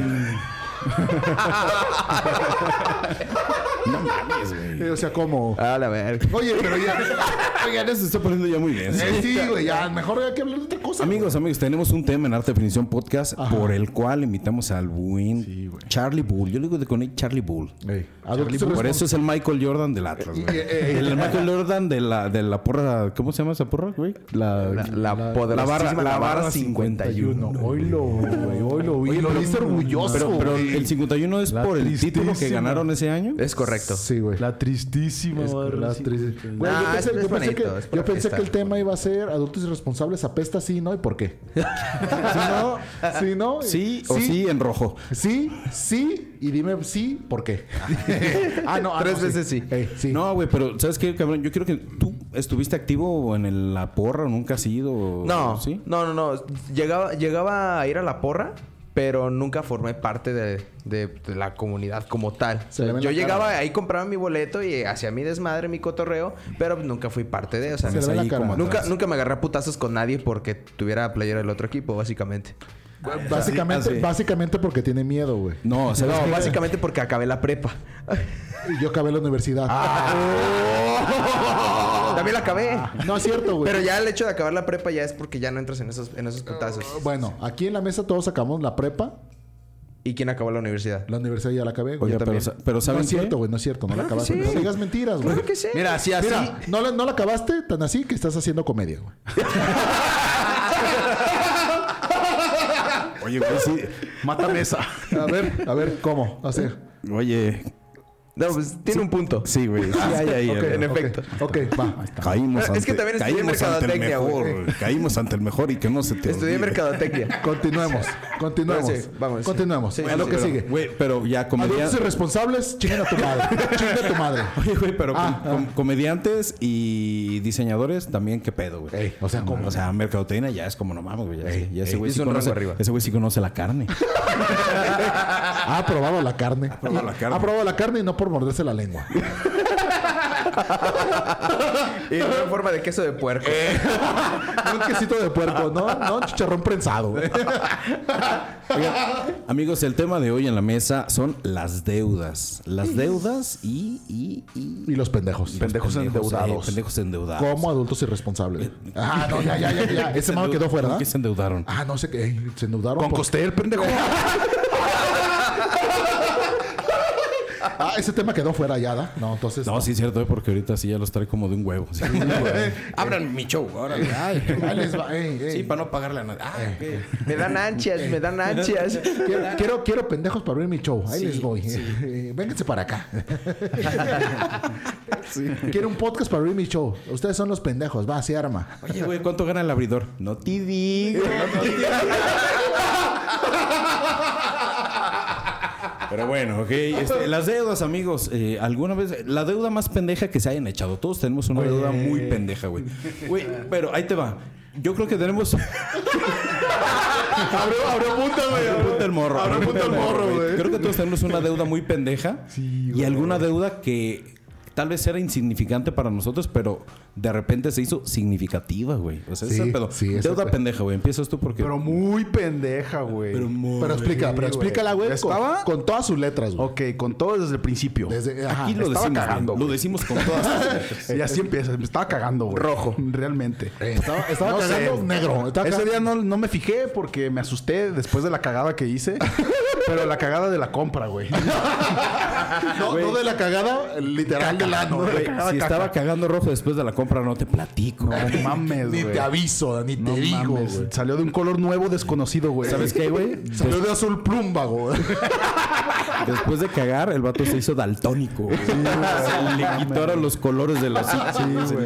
D: no mames, güey.
E: Eh, O sea, ¿cómo?
G: A la verga.
E: Oye, pero ya.
D: Oigan, eso se está poniendo ya muy bien.
E: Eh, sí, güey, ya. Mejor hay que hablar de otra cosa.
D: Amigos, amigos, tenemos un tema en Arte de Definición Podcast por el cual invitamos al buen Charlie Bull. Yo le digo de con él Charlie Bull.
E: Ey, a ver, ¿qué se
D: Por
E: responde?
D: eso es el Michael Jordan del Atlas, güey.
E: Y- eh, eh.
D: El Michael Jordan de la, de la porra. ¿Cómo se llama esa porra, güey? La,
G: La, la,
D: la barra,
G: poderosísima
D: la barra
G: 51.
D: 51.
E: Hoy lo, güey, hoy lo vi. lo viste orgulloso.
D: Pero, pero
E: güey.
D: el 51 es
E: La
D: por el título que
E: tristísima.
D: ganaron ese año.
G: Es correcto.
E: Sí, güey.
F: La tristísima.
E: Es-
F: barra,
E: las
F: sí. Ah,
E: tres- Güey,
G: Nah,
E: yo pensé,
G: es- es
E: yo pensé
G: bonito, es
E: que,
G: para
E: yo pensé que el
G: fiesta.
E: tema iba a ser adultos irresponsables apesta sí, ¿no? ¿Y por qué? si no, si no,
D: Sí o sí en rojo.
E: sí, sí, y dime sí, ¿por qué? ah, no, ah,
G: Tres
E: no,
G: veces sí.
E: Ey, sí.
D: No, güey, pero ¿sabes qué, cabrón? Yo creo que tú estuviste activo en el- la porra o nunca has ido.
G: No,
D: ¿sí?
G: no, no, no. Llegaba, llegaba a ir a la porra, pero nunca formé parte de, de- de la comunidad como tal.
E: Se le ve en
G: yo
E: la
G: llegaba
E: cara.
G: ahí, compraba mi boleto y hacía mi desmadre, mi cotorreo, pero nunca fui parte de. O sea,
E: Se le ve
D: Ahí
E: la cara.
D: como
G: nunca,
D: atrás.
G: nunca me agarré a putazos con nadie porque tuviera playera del otro equipo, básicamente.
E: Básicamente,
D: así.
E: básicamente porque tiene miedo, güey.
D: No, o sea,
G: No, básicamente porque acabé la prepa.
E: Y yo acabé la universidad.
G: Ah,
D: Ah.
G: También la acabé.
E: Ah, No es cierto, güey.
G: Pero ya el hecho de acabar la prepa ya es porque ya no entras en esos, en esos putazos.
E: Bueno, aquí en la mesa todos acabamos la prepa.
G: ¿Y quién acabó la universidad?
E: La universidad ya la acabé,
D: Oye,
E: güey.
D: pero,
G: también.
D: sa- pero
E: no
D: ¿saben
E: es
D: qué?
E: cierto, güey, no es cierto. No la
G: Claro que
E: acabaste.
G: sí.
E: No digas mentiras, güey.
G: Claro que sí.
F: Mira, así, así.
E: Mira, no, la- no la acabaste tan así que estás haciendo comedia, güey.
D: Oye, güey, sí.
F: Mata mesa.
E: A ver, a ver, ¿cómo? A ver.
D: Oye,
G: No, pues tiene un punto.
D: sí, güey. Sí, hay ahí.
E: Ok,
D: güey.
G: en
E: ok,
G: efecto.
E: Ok, va.
D: Caímos
G: Es
D: ante,
G: que también estudié
D: caímos ante el
G: mercadotecnia,
D: mejor.
G: güey.
D: güey. Caímos ante el mejor y que no se te
G: Estudié
D: olvide.
G: mercadotecnia.
E: Continuemos. Continuemos.
G: No, sí, vamos, sí.
E: continuemos.
G: Sí, sí,
E: a lo
G: sí,
E: que
G: pero-
E: sigue.
D: Güey, pero ya comedia...
E: Adultos irresponsables, chinga a tu madre. chinga a tu madre.
D: Oye, güey, pero
E: Ah,
D: com- com- comediantes y diseñadores también, qué pedo, güey.
E: Ey, o sea, ¿cómo?
D: O sea, mercadotecnia ya es como no mames, güey. Ya, ya ese güey
G: es
D: sí
G: un rango
D: conoce,
G: arriba.
D: ese güey sí conoce la carne.
E: Ha probado la carne. Ha
D: probado la carne.
E: Ha probado la carne y no por morderse la lengua.
G: Y no en forma de queso de puerco.
E: No un quesito de puerco, no, no un chicharrón prensado. güey.
D: Oigan, amigos, el tema de hoy en la mesa son las deudas. Las deudas y... y, y-
E: Y los pendejos.
D: y los eh,
E: endeudados.
D: pendejos endeudados. Eh,
E: Como adultos irresponsables. Ah, no, ya, ya, ya. ya. Ese mano quedó fuera,
D: ¿Con
E: ¿verdad?
D: qué se endeudaron?
E: Ah, no sé qué. Ey, Se endeudaron.
F: Con
E: por-
F: Costel, pendejo.
E: Ah, ese tema quedó fuera ya, ¿da? No, entonces.
D: No, sí es cierto, eh, porque ahorita sí ya los trae como de un huevo. sí. Abran mi show, ahora.
E: Ay, ahí les va. Ey, ey. Eh,
D: Sí, para no pagarle a nadie. Ah, ok.
G: Me dan anchas, me dan anchas.
E: Quiero, quiero, quiero pendejos para abrir mi show. Ahí les voy. Eh, Vénganse para acá. Quiero un podcast para abrir mi show. Ustedes son los pendejos. Va, se arma.
D: Oye, güey, ¿cuánto gana el abridor? No te digo. no te digo. Pero bueno, ok. este, las deudas, amigos. eh, ¿Alguna vez? La deuda más pendeja que se hayan echado. Todos tenemos una deuda muy pendeja, güey. Güey, pero ahí te va. Yo creo que tenemos...
F: abrió, abrió punta, güey.
D: Abre punta el morro.
F: Abre
D: abre
F: punta el morro, güey.
D: Creo que todos tenemos una deuda muy pendeja. Y alguna deuda que tal vez era insignificante para nosotros, pero de repente se hizo significativa, güey. O sea, ese
E: Sí,
D: es el pedo.
E: sí, ese
D: deuda
E: pedo.
D: pendeja, güey. Empiezas tú porque...
F: Pero muy pendeja, güey.
E: Pero explica, pero explícala, güey. Con,
F: ¿Estaba?
E: con todas sus letras, güey.
F: Ok, con todo desde el principio.
E: Desde- ajá. Este,
D: Aquí lo
F: estaba
D: decimos, güey.
F: cagando,
D: Lo
F: güey.
D: decimos con todas sus letras.
F: Y así empieza. Me estaba cagando, güey. Rojo. Realmente.
E: Eh, estaba estaba
F: No
E: cagando
F: sé.
E: negro. Estaba
F: Ese
E: ca-
F: día no, no me fijé porque me asusté después de la cagada que hice. pero la cagada de la compra, güey.
E: no, no de la cagada, literal del ano.
F: no de
E: güey.
F: la
D: Güey,
F: cagada
D: si
F: caca.
D: estaba cagando rojo después de la compra, no te platico.
F: No mames,
E: Ni
F: güey.
E: te aviso, ni te
F: No
E: digo,
F: mames.
E: güey.
F: Salió de un color nuevo desconocido, güey.
D: ¿Sabes qué, güey?
E: Salió de azul plúmbago. güey.
D: Después de cagar, el vato se hizo daltónico. güey. Se le quitaron los colores de los...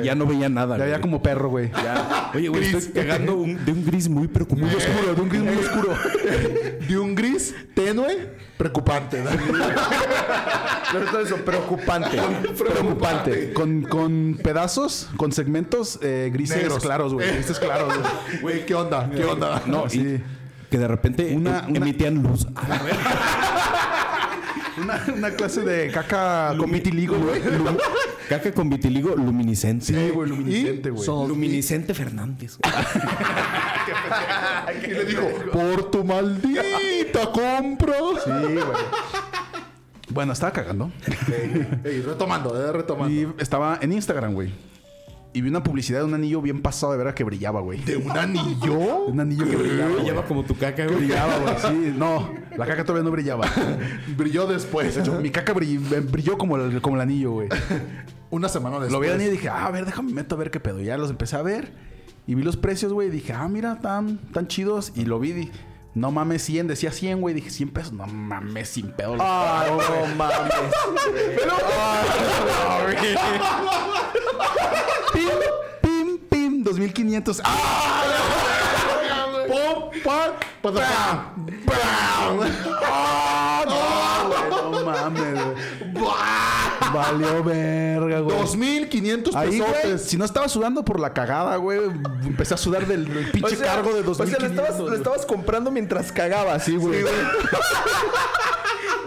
D: ya no veía nada,
F: Ya veía
D: güey.
F: como perro, güey.
D: Ya. Oye, güey,
E: Gris.
D: estoy cagando un- de un gris muy preocupado.
E: Muy oscuro, de un gris muy oscuro. De un gris tenue, preocupante.
G: Pero todo eso, preocupante.
F: Preocupante. Con, con pedazos, con segmentos eh, grises
E: Negros.
F: claros, güey. Grises claros, güey.
E: Güey, ¿qué onda? ¿Qué onda?
D: No, y-
F: Sí.
D: Que de repente
F: Una-
D: em-
F: una-
D: emitían luz.
F: Una, una clase de caca con vitiligo, güey.
D: Caca con vitiligo luminiscente.
F: Sí, güey, luminiscente, güey.
E: son-
D: Luminiscente Fernández.
F: Y le dijo,
E: Por tu maldita compra.
F: Sí, güey. Bueno, estaba cagando.
E: Ey, retomando, eh, retomando.
F: Y estaba en Instagram, güey. Y vi una publicidad de un anillo bien pasado de veras que brillaba, güey. ¿De un anillo? un anillo que brillaba. güey.
D: Lleva como tu caca, güey.
F: Brillaba, güey. Sí, no. La caca todavía no brillaba.
E: Brilló después.
F: Pues, Mi caca brill- brilló, como, el, como el anillo, güey.
E: Una semana después.
F: Lo vi al anillo y dije, ah, a ver, déjame meto a ver qué pedo. Ya los empecé a ver. Y vi los precios, güey. Y dije, ah, mira, tan, tan chidos. Y lo vi. di- no mames, 100. Decía 100, güey. Dije, 100 pesos. No mames, 100 pedos.
G: Ah, no mames.
F: Pim, pim, pim. 2500. ¡Ah!
E: ¡Pum! ¡Pam! ¡Pam! ¡Pam!
F: Ah, No, güey, no mames, güey. Valió verga, güey.
E: 2500
F: Ahí, güey,
E: pesotes.
F: si no estaba sudando por la cagada, güey, empecé a sudar del, del pinche cargo de
G: o sea,
F: 2000.
G: lo estabas, lo estabas comprando mientras cagabas. Sí, güey.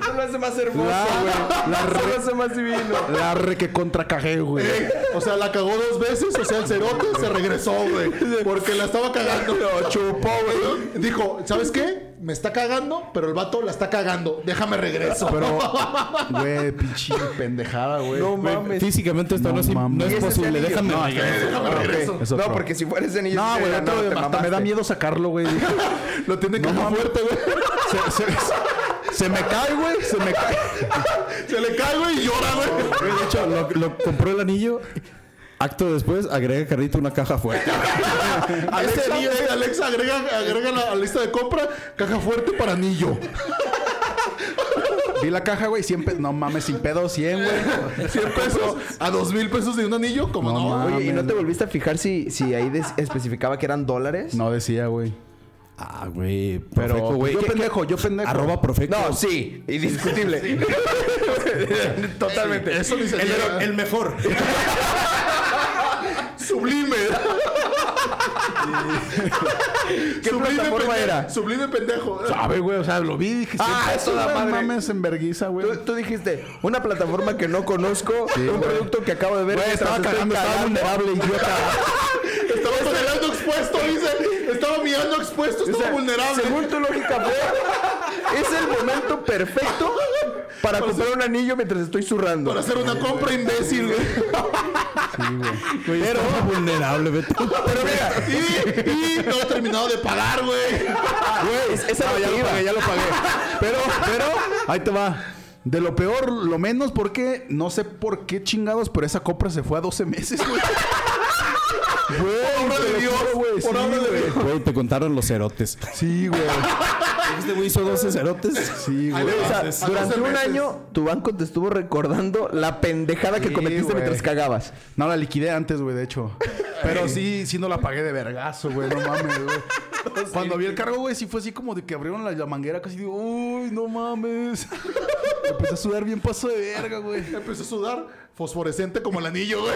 G: Eso lo hace más hermoso, güey. Eso lo hace más divino.
F: La re que contracajé, güey.
G: Eh.
E: O sea, la cagó dos veces, o sea, el cerote se regresó, güey. Porque la estaba cagando. Lo chupó,
G: Eh.
E: güey. Dijo, ¿sabes qué? Me está cagando, pero el vato la está cagando. Déjame regreso.
F: Pero, güey, pinche pendejada, güey.
G: No
F: Güey,
G: mames.
D: Físicamente esto
F: No
D: no, es, no
F: mames.
D: es
G: ¿Y ese
D: posible.
G: anillo?
D: Déjame.
G: No, ya,
F: déjame
G: Ah, ok.
F: regreso. Es
G: No,
F: otro.
G: porque si fueras ese niño...
F: No, güey,
G: no,
F: otro,
G: te
F: hasta me da
G: mamaste.
F: miedo sacarlo, güey.
E: Lo tiene que
F: mames.
E: fuerte, güey.
F: Se, se- se me cae, güey, se me cae.
E: Se le cae, güey, y llora, güey.
D: Güey, de hecho, lo, lo compró el anillo. Acto después, agrega Carrito una caja fuerte.
E: Alexa, eh, Alexa, agrega, agrega la, la lista de compra caja fuerte para anillo.
F: Vi la caja, güey, 100 pesos. No mames, sin pedo, 100,
E: 100
F: güey.
E: pesos a 2000 pesos de un anillo, como
F: No,
E: no.
F: mames.
E: Oye,
G: Oye, ¿y no te volviste a fijar si, si ahí des- especificaba que eran dólares?
F: No decía, güey.
D: Ah, güey.
F: Pero pues,
D: Profeco, güey.
F: yo
D: ¿Qué-
F: pendejo, yo
D: qué-
F: pendejo.
D: Arroba profeco.
G: No, sí, indiscutible. Totalmente.
E: Eso dice el,
D: mejor.
E: sublime.
G: ¿Qué plataforma
E: pendejo,
G: era?
E: Sublime pendejo.
F: Sabe, güey, o sea, lo vi y dije,
G: Ah,
F: "Cien
G: eso
F: pesos,
G: da
F: güey,
G: madre".
F: No mames, en verguiza, güey.
G: Tú, tú dijiste, una plataforma que no conozco, un producto que acabo de ver.
F: Güey,
G: mientras
F: estaba
G: estoy
F: cagando, estaba
G: cagando.
F: vulnerable, idiota.
E: Estaba mirando expuesto, dice. Estaba mirando expuesto, estaba
G: O sea,
E: vulnerable.
G: Según tu lógica, fue, es el momento perfecto para comprar un anillo mientras estoy zurrando.
E: Para hacer una compra imbécil, güey.
D: Pero vulnerable, vete.
G: Pero mira,
E: Y, y no he terminado de pagar, güey.
G: güey, es- esa no,
F: ya
G: te
F: lo
G: iba.
F: pagué, ya lo pagué. Pero, pero, ahí te va. De lo peor, lo menos, porque no sé por qué chingados, pero esa compra se fue a 12 meses, güey.
E: Por obra de Dios, por obra de Dios.
D: Güey, te contaron los cerotes.
F: Sí, güey.
D: Este güey hizo 12 cerotes.
F: Sí, güey. Ah,
E: Adiós. A 12
G: O sea, durante un
E: meses.
G: año tu banco te estuvo recordando la pendejada que
F: Sí,
G: cometiste
F: güey.
G: mientras cagabas.
F: No, la liquidé antes, güey, de hecho. Pero sí, sí no la pagué de vergazo, güey. No mames, güey. Cuando vi el cargo, güey, sí fue así como de que abrieron la, la manguera casi digo, uy, no mames. Empecé a sudar bien paso de verga, güey.
E: Empezó a sudar fosforescente como el anillo, güey.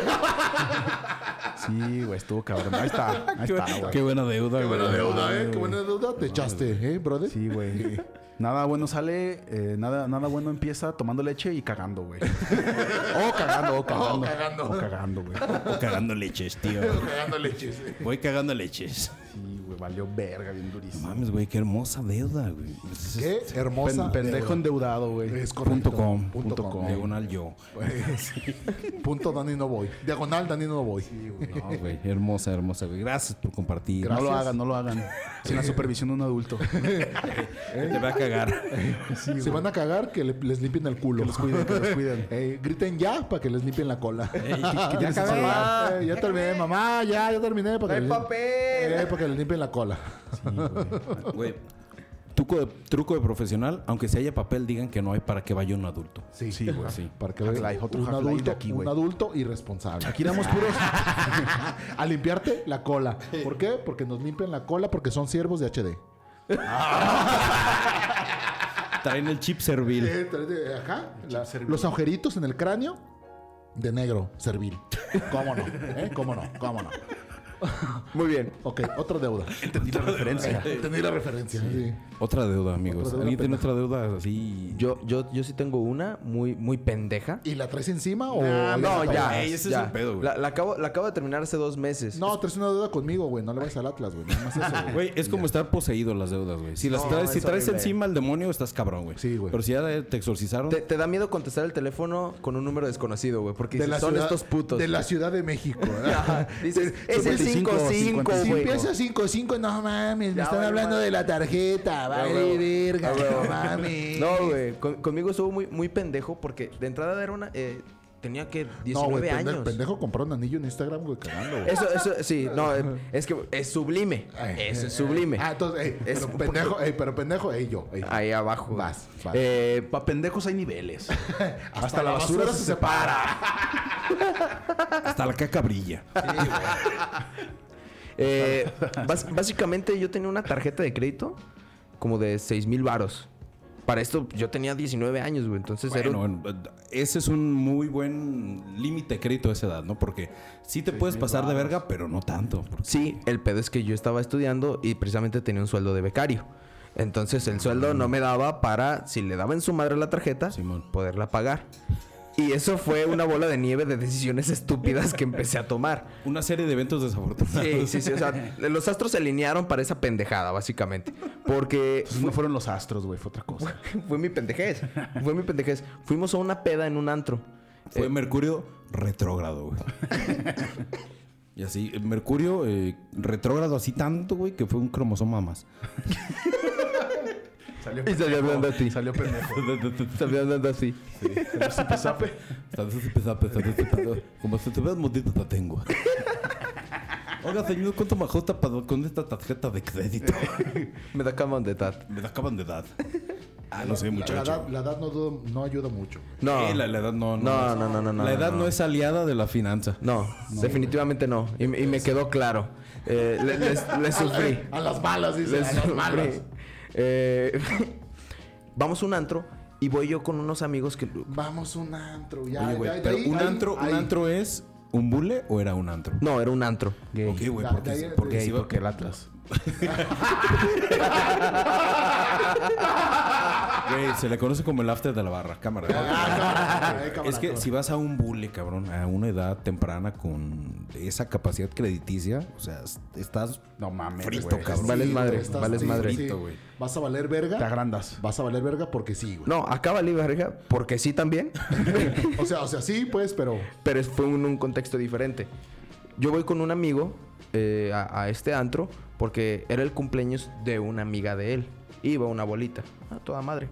F: Sí, güey, estuvo cabrón. Ahí está, ahí está, güey.
D: Qué buena deuda, güey.
E: Buena deuda, eh. Qué buena deuda te echaste, eh, brother.
F: Sí, güey. Nada bueno sale, eh, nada, nada bueno empieza tomando leche y cagando, güey. O cagando, o cagando. O cagando, güey.
D: O cagando leches, tío.
E: Cagando leches. eh.
D: Voy cagando leches.
F: Sí, güey, valió verga, bien durísimo.
D: Mames, güey, qué hermosa deuda, güey. Es- es-
E: Qué hermosa.
F: Pen- pendejo
E: deuda.
F: endeudado, güey.
E: Es correcto.
D: Punto com.
E: Punto com.
D: Diagonal yo.
E: Punto Dani no voy. Diagonal Dani no voy.
D: No, güey. Hermosa, hermosa, güey. Gracias por compartir.
F: No lo hagan, no lo hagan. Sin la supervisión de un adulto.
D: Que Te va a cagar.
E: Se van a cagar que le- les limpien el culo.
F: Que los cuiden, que los cuiden.
E: Eh, griten ya para que les limpien la cola.
D: que
E: ya
F: cagué.
E: ya, terminé, mamá, ya, ya terminé. Para que les-
G: papel!
E: Eh, para que les limpien la cola.
D: Güey. Truco de, truco de profesional, aunque se haya papel, digan que no hay para que vaya un adulto.
E: Sí,
F: Sí, güey. Sí.
E: Para que
F: Half-Life,
E: vean
F: otro
E: un
F: Half-Life de
E: adulto,
F: aquí,
E: un
F: güey.
E: adulto irresponsable.
F: Aquí damos puros.
E: a limpiarte la cola. ¿Por qué? Porque nos limpian la cola porque son siervos de HD.
D: Traen el chip servil.
E: Eh, eh, Ajá. la- los agujeritos en el cráneo de negro, servil. ¿Cómo no? ¿Eh? ¿Cómo no? ¿Cómo no?
G: Muy bien.
E: Ok, otra deuda.
F: Entendí la referencia.
E: Entendí la referencia. sí.
D: Otra deuda, amigos.
E: Otra deuda
D: ¿Alguien tiene otra deuda así?
G: Yo, yo, yo sí tengo una muy, muy pendeja. Oh,
E: ¿Y la traes encima o.? la
F: Nah,
G: No,
E: traes?
G: ya.
D: Ey, ese es
G: ya.
D: el pedo, güey.
G: La, la acabo, la acabo de terminar hace dos meses.
E: No, traes una deuda conmigo, güey. No le vayas al Atlas, güey. Nada más eso. güey.
D: Güey, es como estar poseído las deudas, güey. Si, las
G: No,
D: traes,
G: es
D: si traes
G: horrible.
D: encima al demonio, estás cabrón, güey.
E: Sí, güey.
D: Pero si ya te exorcizaron,
G: Te, te da miedo contestar el teléfono con un número desconocido, güey. Porque dices, son estos putos.
E: De la Ciudad de México.
G: Ajá. Dices, es el
F: 55,
G: 55,
E: Si
G: güey.
E: empieza 5-5, no mames, me
G: Ya,
E: están
G: vale,
E: hablando
G: madre.
E: de la tarjeta,
G: Ah,
E: vale,
G: huevo.
E: verga,
G: Ah, huevo.
E: no mames.
G: No, güey. Con- conmigo estuvo muy, muy pendejo porque de entrada era una. eh, tenía que 19
E: No, güey, pende-
G: años.
E: pendejo compró un anillo en Instagram, güey, cagando, güey.
G: Eso, eso, sí, no, eh, es que es sublime.
E: Ay,
G: Eso
E: eh,
G: es sublime.
E: Ah, entonces, ey,
G: Es-
E: pero pendejo, ey, pero pendejo, ey, yo, ey.
G: Ahí abajo.
E: Vas, vas.
G: Eh,
F: Pa' pendejos hay niveles.
E: hasta, la basura, se, separa.
D: hasta la caca brilla.
G: eh, bas- básicamente yo tenía una tarjeta de crédito como de 6 mil varos. Para esto yo tenía 19 años, güey. Entonces era un-
D: Bueno, bueno, ese es un muy buen límite crédito a esa edad, ¿no? Porque sí te puedes pasar de verga, pero no tanto. Porque
G: Sí, el pedo es que yo estaba estudiando y precisamente tenía un sueldo de becario. Entonces el sueldo no me daba para, si le daba en su madre la tarjeta,
D: Simón.
G: poderla pagar. Y eso fue una bola de nieve de decisiones estúpidas que empecé a tomar.
D: una serie de eventos desafortunados.
G: Sí, sí, sí. O sea, los astros se alinearon para esa pendejada, básicamente. Porque
F: Entonces no fueron los astros, güey, fue otra cosa.
G: fue mi pendejez. Fue mi pendejez. Fuimos a una peda en un antro.
D: Fue Mercurio retrógrado, güey. y así, Mercurio eh, retrógrado así tanto, güey, que fue un cromosoma más.
F: Salió
G: Y salió hablando así.
F: Salió pendejo.
G: Estaba andando así.
D: Como si te veas maldito te tengo. Oiga, señor, ¿cuánto me ajusta para- con esta tarjeta de crédito?
G: Me da cama de tat.
D: Me la acaban de dar. Ah, no sé,
E: La
D: muchacho.
E: edad, la edad no, duda- no ayuda mucho.
G: No.
D: Eh, la, la edad no, no,
G: No,
D: es-
G: no, no, no, no,
D: La edad
G: no.
D: no, es aliada de la finanza.
G: No, definitivamente no. Y, y me quedó claro. Eh, le, les- les sufrí.
E: A las balas, dice.
G: Les
E: Ah, A las balas.
G: sufrí. Eh, vamos a un antro y voy yo con unos amigos que...
E: Vamos a un antro, ya.
D: Oye, güey,
E: ya, de
D: pero
E: ahí-
D: un
E: ahí-
D: antro,
E: ahí.
D: ¿un antro es un bule o era un antro?
G: No, era un antro.
D: Ok, güey,
E: Da-
D: porque,
E: de ahí-
D: porque
E: de-
D: si va-
F: Porque el Atlas.
D: güey, se le conoce como el after de la barra, cámara.
E: Ah, no, eh, cámara,
D: Es que
E: cámara.
D: si vas a un bule, cabrón, a una edad temprana con esa capacidad crediticia, o sea, es- estás
F: No mames,
D: frito,
F: güey.
D: cabrón.
G: Vales madre,
E: estás-
G: vales madre.
D: Frito, güey.
E: Vas a valer verga.
F: Te agrandas.
E: Vas a valer verga porque sí, güey.
G: No, acaba libre, verga, porque sí también.
E: O sea, o sea, sí, pues, pero.
G: pero es- fue en un contexto diferente. Yo voy con un amigo eh, a, a este antro porque era el cumpleaños de una amiga de él. Iba una bolita. A toda madre.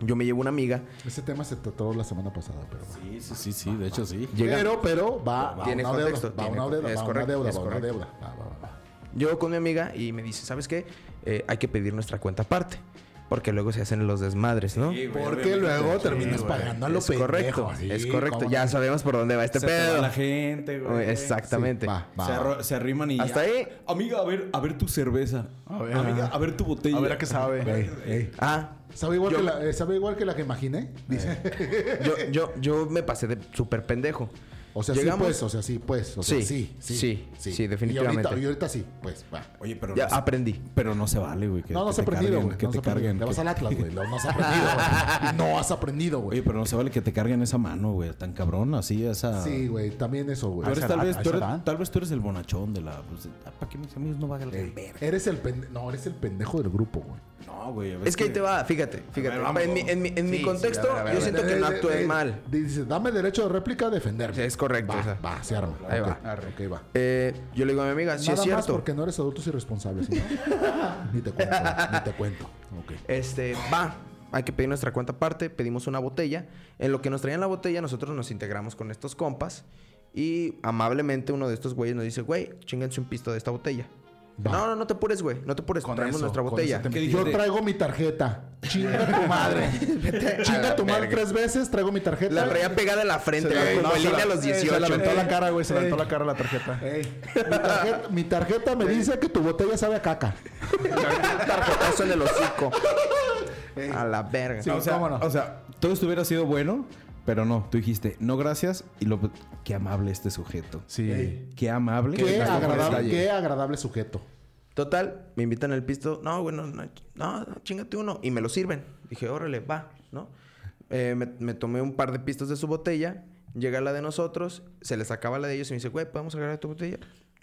G: Yo me llevo una amiga.
E: Ese tema se trató la semana pasada, pero.
D: Sí, sí, sí, sí, de hecho sí.
G: Llega-
E: Pero, pero, va, va
G: Tiene
E: una
G: contexto,
E: deuda. Va
G: tiene
E: una
G: con-
E: deuda,
G: es
E: va una
G: correcto,
E: deuda,
G: es
E: va una
G: correcto.
E: deuda. Va, va, va, va.
G: Yo con mi amiga y me dice, ¿sabes qué? Eh, hay que pedir nuestra cuenta aparte. Porque luego se hacen los desmadres, ¿no?
E: Porque luego terminas pagando a lo
G: es
E: pendejo.
G: correcto,
E: sí,
G: es correcto.
E: cómo
G: Ya
E: no.
G: sabemos por dónde va este
D: Se te va
G: pedo.
D: la gente, güey.
G: Exactamente.
E: Sí, va.
D: Se, arro- se arriman y.
G: Hasta ahí.
D: Amiga, a ver, a ver tu cerveza.
F: A ver.
D: Amiga, a ver tu botella.
F: A ver a qué sabe.
E: Ey, ey.
G: Ah,
E: ¿Sabe igual, que la, eh, ¿Sabe igual que la que imaginé? Dice.
G: yo, yo, yo me pasé de súper pendejo.
E: O sea, sí, pues. O sea, sí, pues. O sea,
G: Sí,
E: sí. Sí,
G: sí,
E: Y
G: sí,
E: ahorita-
G: definitivamente.
E: Y ahorita sí, pues, va.
D: Oye, pero.
G: Ya ah,
D: no se-
G: aprendí.
D: Pero no se vale, güey. que-
E: No, no
D: que
E: has
D: te
E: aprendido,
D: carguen,
E: güey.
D: Que
E: no has
D: te
E: aprendido.
D: carguen.
E: Le vas
D: que-
E: al Atlas, güey. No has aprendido, güey. No has aprendido,
D: Oye,
E: güey.
D: pero no se vale que te carguen esa mano, güey. Tan cabrón, así, esa.
E: Sí, güey. También eso,
D: Tú
E: güey.
D: eres,
F: esa
D: tal,
F: edad,
D: vez,
F: a
D: tú
F: esa
D: eres-
F: edad.
D: tal vez tú eres el bonachón de la. pues, ah, ¿Para qué mis amigos no valgan la verga?
E: Eres el pendejo. No, eres el pendejo del grupo, güey.
D: No, güey. a ver
G: Es que ahí te va, fíjate, fíjate.
D: ver, vamos,
G: en mi, en mi- en mi
F: Sí, sí,
G: contexto,
F: a ver, a ver,
G: yo
F: a
G: siento que no
E: Eh,
G: actué
E: eh,
G: mal.
E: Dice, dame derecho de réplica a defenderme.
G: Es correcto,
E: Va,
G: o sea.
E: va se arma.
G: Ahí
E: Ok,
G: va.
E: Ok, va.
G: Eh, yo le digo a mi amiga, sí
E: Nada
G: es
E: más
G: cierto.
E: porque no eres adultos irresponsables, ¿no? ni te cuento, güey, ni te cuento. Ok.
G: Este, va, hay que pedir nuestra cuenta aparte, pedimos una botella. En lo que nos traían la botella, nosotros nos integramos con estos compas. Y amablemente uno de estos güeyes nos dice, güey, chinganse un pisto de esta botella.
E: Va.
G: No, no, no te apures, güey, no te apures,
F: Con
G: traemos
F: eso,
G: nuestra
F: con
G: botella.
F: eso te
D: ¿Qué
E: Yo
D: dijiste?
E: traigo mi tarjeta. Chinga tu madre. Chinga tu madre tres veces, traigo mi tarjeta.
G: La traía pegada en la frente,
F: Se la-
G: güey, como
F: no,
G: el
F: se
G: INE
F: la-
G: a los
F: eh, Se
G: 18.
F: la aventó a la
G: Eh,
F: cara, güey. Se la aventó a la cara la tarjeta.
E: Mi tarjeta, mi tarjeta me dice que tu botella sabe a caca.
G: Tarjetazo en el hocico. A la verga.
E: Sí,
D: O sea,
E: cómo no.
D: o sea, todo esto hubiera sido bueno Pero no, tú dijiste, no gracias. Y lo. Qué amable este sujeto.
F: Sí.
E: Ey.
D: Qué amable.
E: Qué
D: Gracias por
E: agradable,
D: detalle.
E: qué agradable sujeto.
G: Total, me invitan al pisto. No, güey, no, no, no, no, chingate uno. Y me lo sirven. Dije, órale, va, ¿no? Eh, me, me tomé un par de pistos de su botella. Llega la de nosotros. Se les acaba la de ellos y me dice, güey, ¿podemos agarrar tu botella?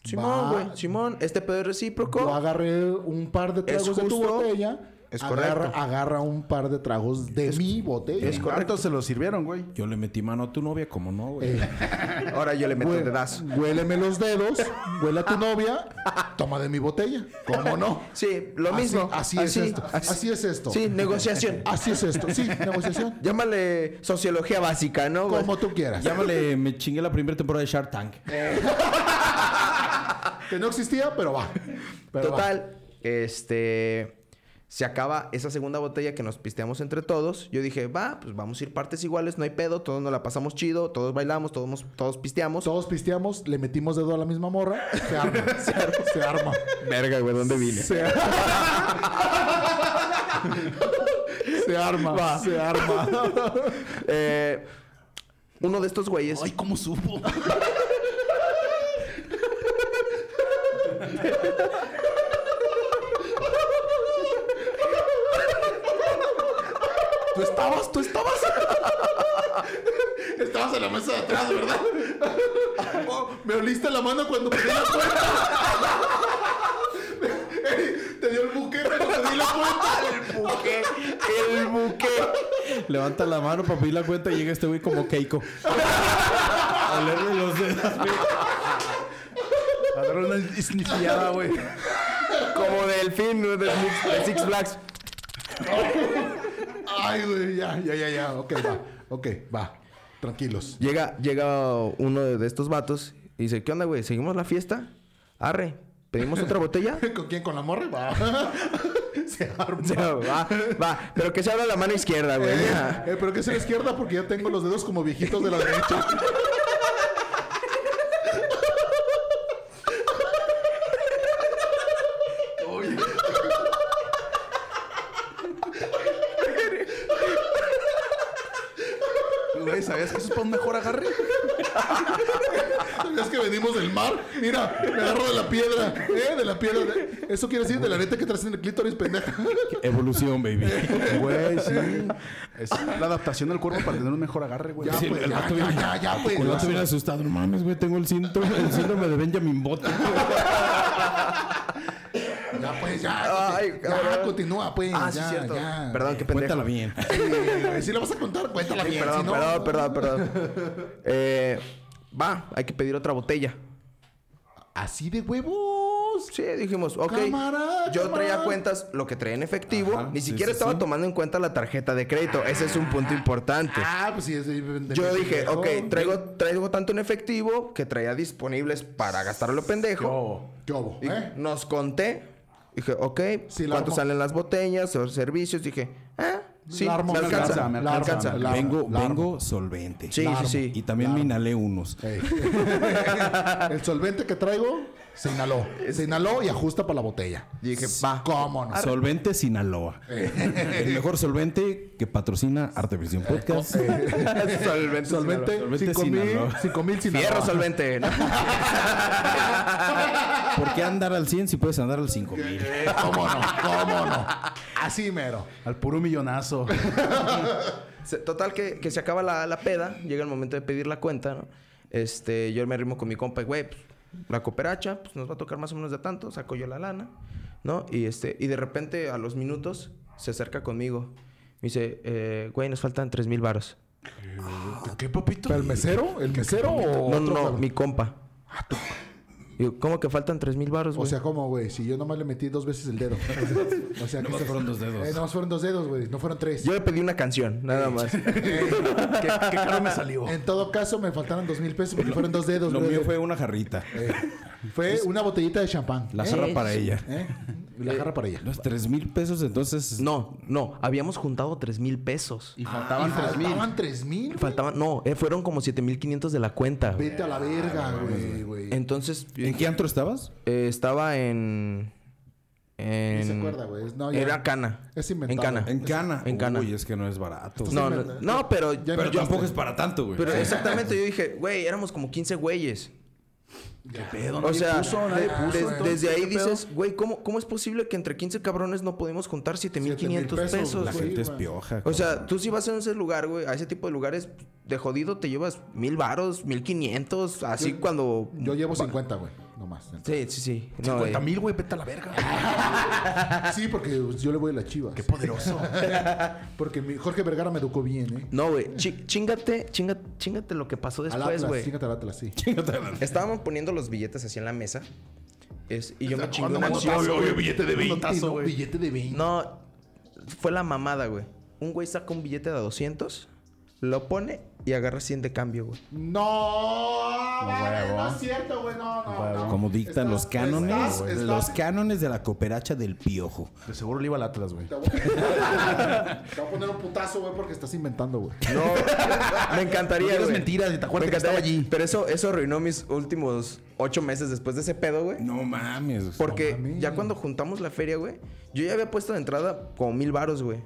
G: Simón,
E: Va.
G: güey, Simón, este pedo es recíproco.
E: Yo agarré un par de tragos de tu
G: justo,
E: botella.
G: es
E: agarra,
G: correcto.
E: agarra un par de tragos de mi botella.
F: Es correcto, se lo sirvieron, güey.
D: Yo le metí mano a tu novia, como no, güey.
E: Eh,
G: Ahora yo le meto un dedazo.
E: Huéleme los dedos, huele
G: Ah.
E: a tu novia, toma de mi botella. ¿Cómo no?
G: Sí, lo
E: Así-
G: mismo.
E: así es esto, así es esto.
G: Sí, negociación.
E: Así es esto. Sí, negociación.
G: Llámale sociología básica, ¿no? güey?
E: Como tú quieras.
D: Llámale, me chingué la primera temporada de Shark Tank.
E: Que no existía, pero va. Pero va.
G: Total, este. Se acaba esa segunda botella que nos pisteamos entre todos. Yo dije, va, pues vamos a ir partes iguales, no hay pedo, todos nos la pasamos chido, todos bailamos, todos, todos pisteamos.
E: Todos pisteamos, le metimos dedo a la misma morra, se arma. se arma. Se arma.
G: Verga, güey, ¿dónde vine?
E: Se arma. Se arma. Se arma.
G: Eh, uno de estos güeyes.
A: Ay, ¿cómo supo?
E: Tú estabas, tú estabas.
F: Estabas en la mesa de atrás, ¿verdad?
E: Oh, me oliste la mano cuando pedí la cuenta. Ey, Te dio el buque cuando pedí la cuenta.
G: El buque.
D: Levanta la mano para pedir la cuenta y llega este güey como Keiko. A olerle los dedos. güey.
F: Agarró una snifiada, güey.
G: Como delfín ¿no? de Six, de Six Flags.
E: Ay, güey, ya, ya, ya, ya. Ok, va. Ok, va. Tranquilos.
G: Llega, llega uno de estos vatos y dice, ¿qué onda, güey? ¿Seguimos la fiesta? Arre, ¿pedimos otra botella?
E: ¿Con quién? ¿Con la morra? Va. Se arma.
G: O sea, va, va. Pero que se abra la mano izquierda, güey.
E: Eh, eh, pero que es la izquierda porque ya tengo los dedos como viejitos de la derecha.
F: Güey, ¿sabías que eso es para un mejor agarre?
E: ¿Sabías que venimos del mar? Mira, me agarro de la piedra. ¿Eh? De la piedra. Eso quiere decir de la neta que traes en el clítoris, pendeja.
D: Evolución, baby.
F: Güey, sí. Es la adaptación del cuerpo para tener un mejor agarre, güey.
E: Ya,
D: Sí,
E: pues,
D: el
E: ya,
D: vato
E: ya,
D: viene-
E: ya, ya, pues.
D: El vato viene asustado. No mames, güey, tengo el síndrome, el síndrome de Benjamin Button.
E: Ya, pues, ya.
G: Ay,
E: ya,
G: cabrón.
E: continúa, pues.
G: Ah, sí,
E: ya,
G: cierto.
E: ya.
G: Perdón, qué pendejo.
D: Cuéntala bien.
E: Eh, Si la vas a contar, cuéntala
G: Sí,
E: bien.
G: perdón,
E: si no-
G: perdón, perdón, perdón, Eh, va, hay que pedir otra botella.
E: Así de huevos.
G: Sí, dijimos, ok.
E: Cámara,
G: yo
E: cámara.
G: traía cuentas, lo que traía en efectivo.
D: Ajá,
G: Ni
D: sí,
G: siquiera
D: sí,
G: estaba
D: sí.
G: tomando en cuenta la tarjeta de crédito. Ese es un punto importante.
E: Ah, pues sí, es de- de-
G: Yo
E: de-
G: dije,
E: de-
G: ok, traigo, traigo tanto en efectivo que traía disponibles para gastarlo pendejo.
E: ¿Qué hubo,
G: Y
E: eh?
G: Nos conté. Dije, ok,
E: Sí, la
G: ¿cuánto
E: armó.
G: salen las botellas los servicios? Dije, ah, sí,
E: La armó,
G: me
E: la
G: alcanza,
E: arma,
G: me
E: la arma,
G: alcanza.
E: la arma.
D: vengo,
E: largo.
D: vengo solvente.
G: Sí, sí, sí.
D: Y también me inhalé unos.
E: Ey. el solvente que traigo se inhaló. Se inhaló y ajusta para la botella.
G: Dije,
E: Va. ¿Cómo no?
D: Solvente Sinaloa. El mejor solvente que patrocina Arte Visión Podcast.
G: solvente.
E: Solvente,
D: Eh, oh. Solvente
E: 5 mil,
D: Sinaloa.
E: 5 mil Sinaloa.
G: Fierro solvente. ¿no?
D: ¿Por qué andar al 100 si puedes andar al 5000?
E: ¿Cómo no? ¿Cómo no? Así mero.
F: Al puro millonazo.
G: Se- Total, que, que se acaba la, la peda. Llega el momento de pedir la cuenta, ¿no? Este, yo me arrimo con mi compa y, güey, pues, la cooperacha, pues nos va a tocar más o menos de tanto. Saco yo la lana, ¿no? Y, este, y de repente, a los minutos, se acerca conmigo. Me dice, eh, güey, nos faltan tres mil varos.
F: ¿Qué, papito?
E: ¿Pero el mesero? ¿El mesero o
G: No,
E: otro
G: no, no,
E: cabrón?
G: mi compa.
F: Ah,
G: Digo, ¿cómo que faltan tres mil varos,
E: O
G: güey?
E: sea, ¿cómo, güey? Si yo nomás le metí dos veces el dedo. O sea,
D: Nomás
E: que-
D: fueron dos dedos.
E: Eh, nomás fueron dos dedos, güey. No fueron tres.
G: yo le pedí una canción, nada más.
F: ¿Qué, qué cara me salió?
E: En todo caso, me faltaron dos mil pesos porque fueron dos dedos,
D: Lo
E: brother.
D: mío fue una jarrita.
E: Fue una botellita de champán.
D: La
E: ¿eh?
D: jarra para ella.
E: ¿Eh? La jarra para ella.
D: Los 3 mil pesos, entonces.
G: No, no, habíamos juntado tres mil pesos. Ah,
F: Y faltaban
E: Y
F: tres mil.
E: Faltaban tres mil. güey.
G: Faltaban, no, eh, fueron como 7500 de la cuenta. güey.
E: Vete a la verga, güey, güey.
G: Entonces,
D: ¿En qué antro estabas?
G: eh, estaba en. En
E: Ni se
G: en-
E: acuerda, güey. No, ya-
G: Era Cana.
E: Es
G: En
E: inventado.
G: Cana.
D: En Cana.
G: En Cana.
D: Uy, es que no es barato.
E: Entonces-
G: No, no,
E: inventa-
G: no, pero,
E: Ya
D: pero
G: pero, yo-
D: tampoco es para tanto, güey.
G: pero exactamente, yo dije, güey, éramos como 15 güeyes. o
F: nadie
G: sea,
F: puso, nadie
G: de-
F: puso,
G: des-
F: entonces,
G: desde ahí
F: ¿qué pedo?
G: dices, güey, ¿cómo, ¿cómo es posible que entre 15 cabrones no podemos juntar 7.500
E: 7,000 pesos, la
G: pesos,
D: La
G: güey?
D: gente es
E: güey.
D: pioja.
G: O
D: cabrón.
G: sea, tú si vas a ese lugar, güey, a ese tipo de lugares, de jodido te llevas mil varos, mil quinientos, así
E: Yo-
G: cuando...
E: Yo llevo 50, güey. Nomás.
G: Sí, sí, sí. No, güey.
F: mil, güey, vete a la verga.
E: Sí, porque yo le voy a las chivas.
F: Qué poderoso.
E: Porque mi- Jorge Vergara me educó bien, ¿eh?
G: No, güey, chi- chingate, chinga- chingate lo que pasó
E: Al
G: después,
E: Atlas,
G: güey.
E: fíjate al Atlas, sí.
G: Estábamos poniendo los billetes así en la mesa. Es, y yo me chingué una
F: manotazo,
G: acción.
F: güey, billete de
E: Manotazo,
F: 20,
E: güey. Billete de 20.
G: No, fue la mamada, güey. Un güey saca un billete de 200, lo pone y agarra 100 de cambio, güey.
E: No, vale,
F: huevo.
E: no es cierto, güey, no, no, no.
D: Como dictan
E: Estás-
D: los cánones,
E: estás- estás-
D: los cánones de la cooperacha del piojo.
F: De seguro le iba al Atlas, güey.
E: Te voy a- te voy a poner un putazo, güey, porque estás inventando, güey.
G: No, me encantaría,
F: Es
G: güey.
F: mentira, te
G: Me
F: acuerdas que estaba
G: encantaría,
F: allí.
G: Pero eso, eso arruinó mis últimos ocho meses después de ese pedo, güey.
D: No mames.
G: Porque
E: mames.
G: ya cuando juntamos la feria, güey, yo ya había puesto de entrada como mil varos, güey.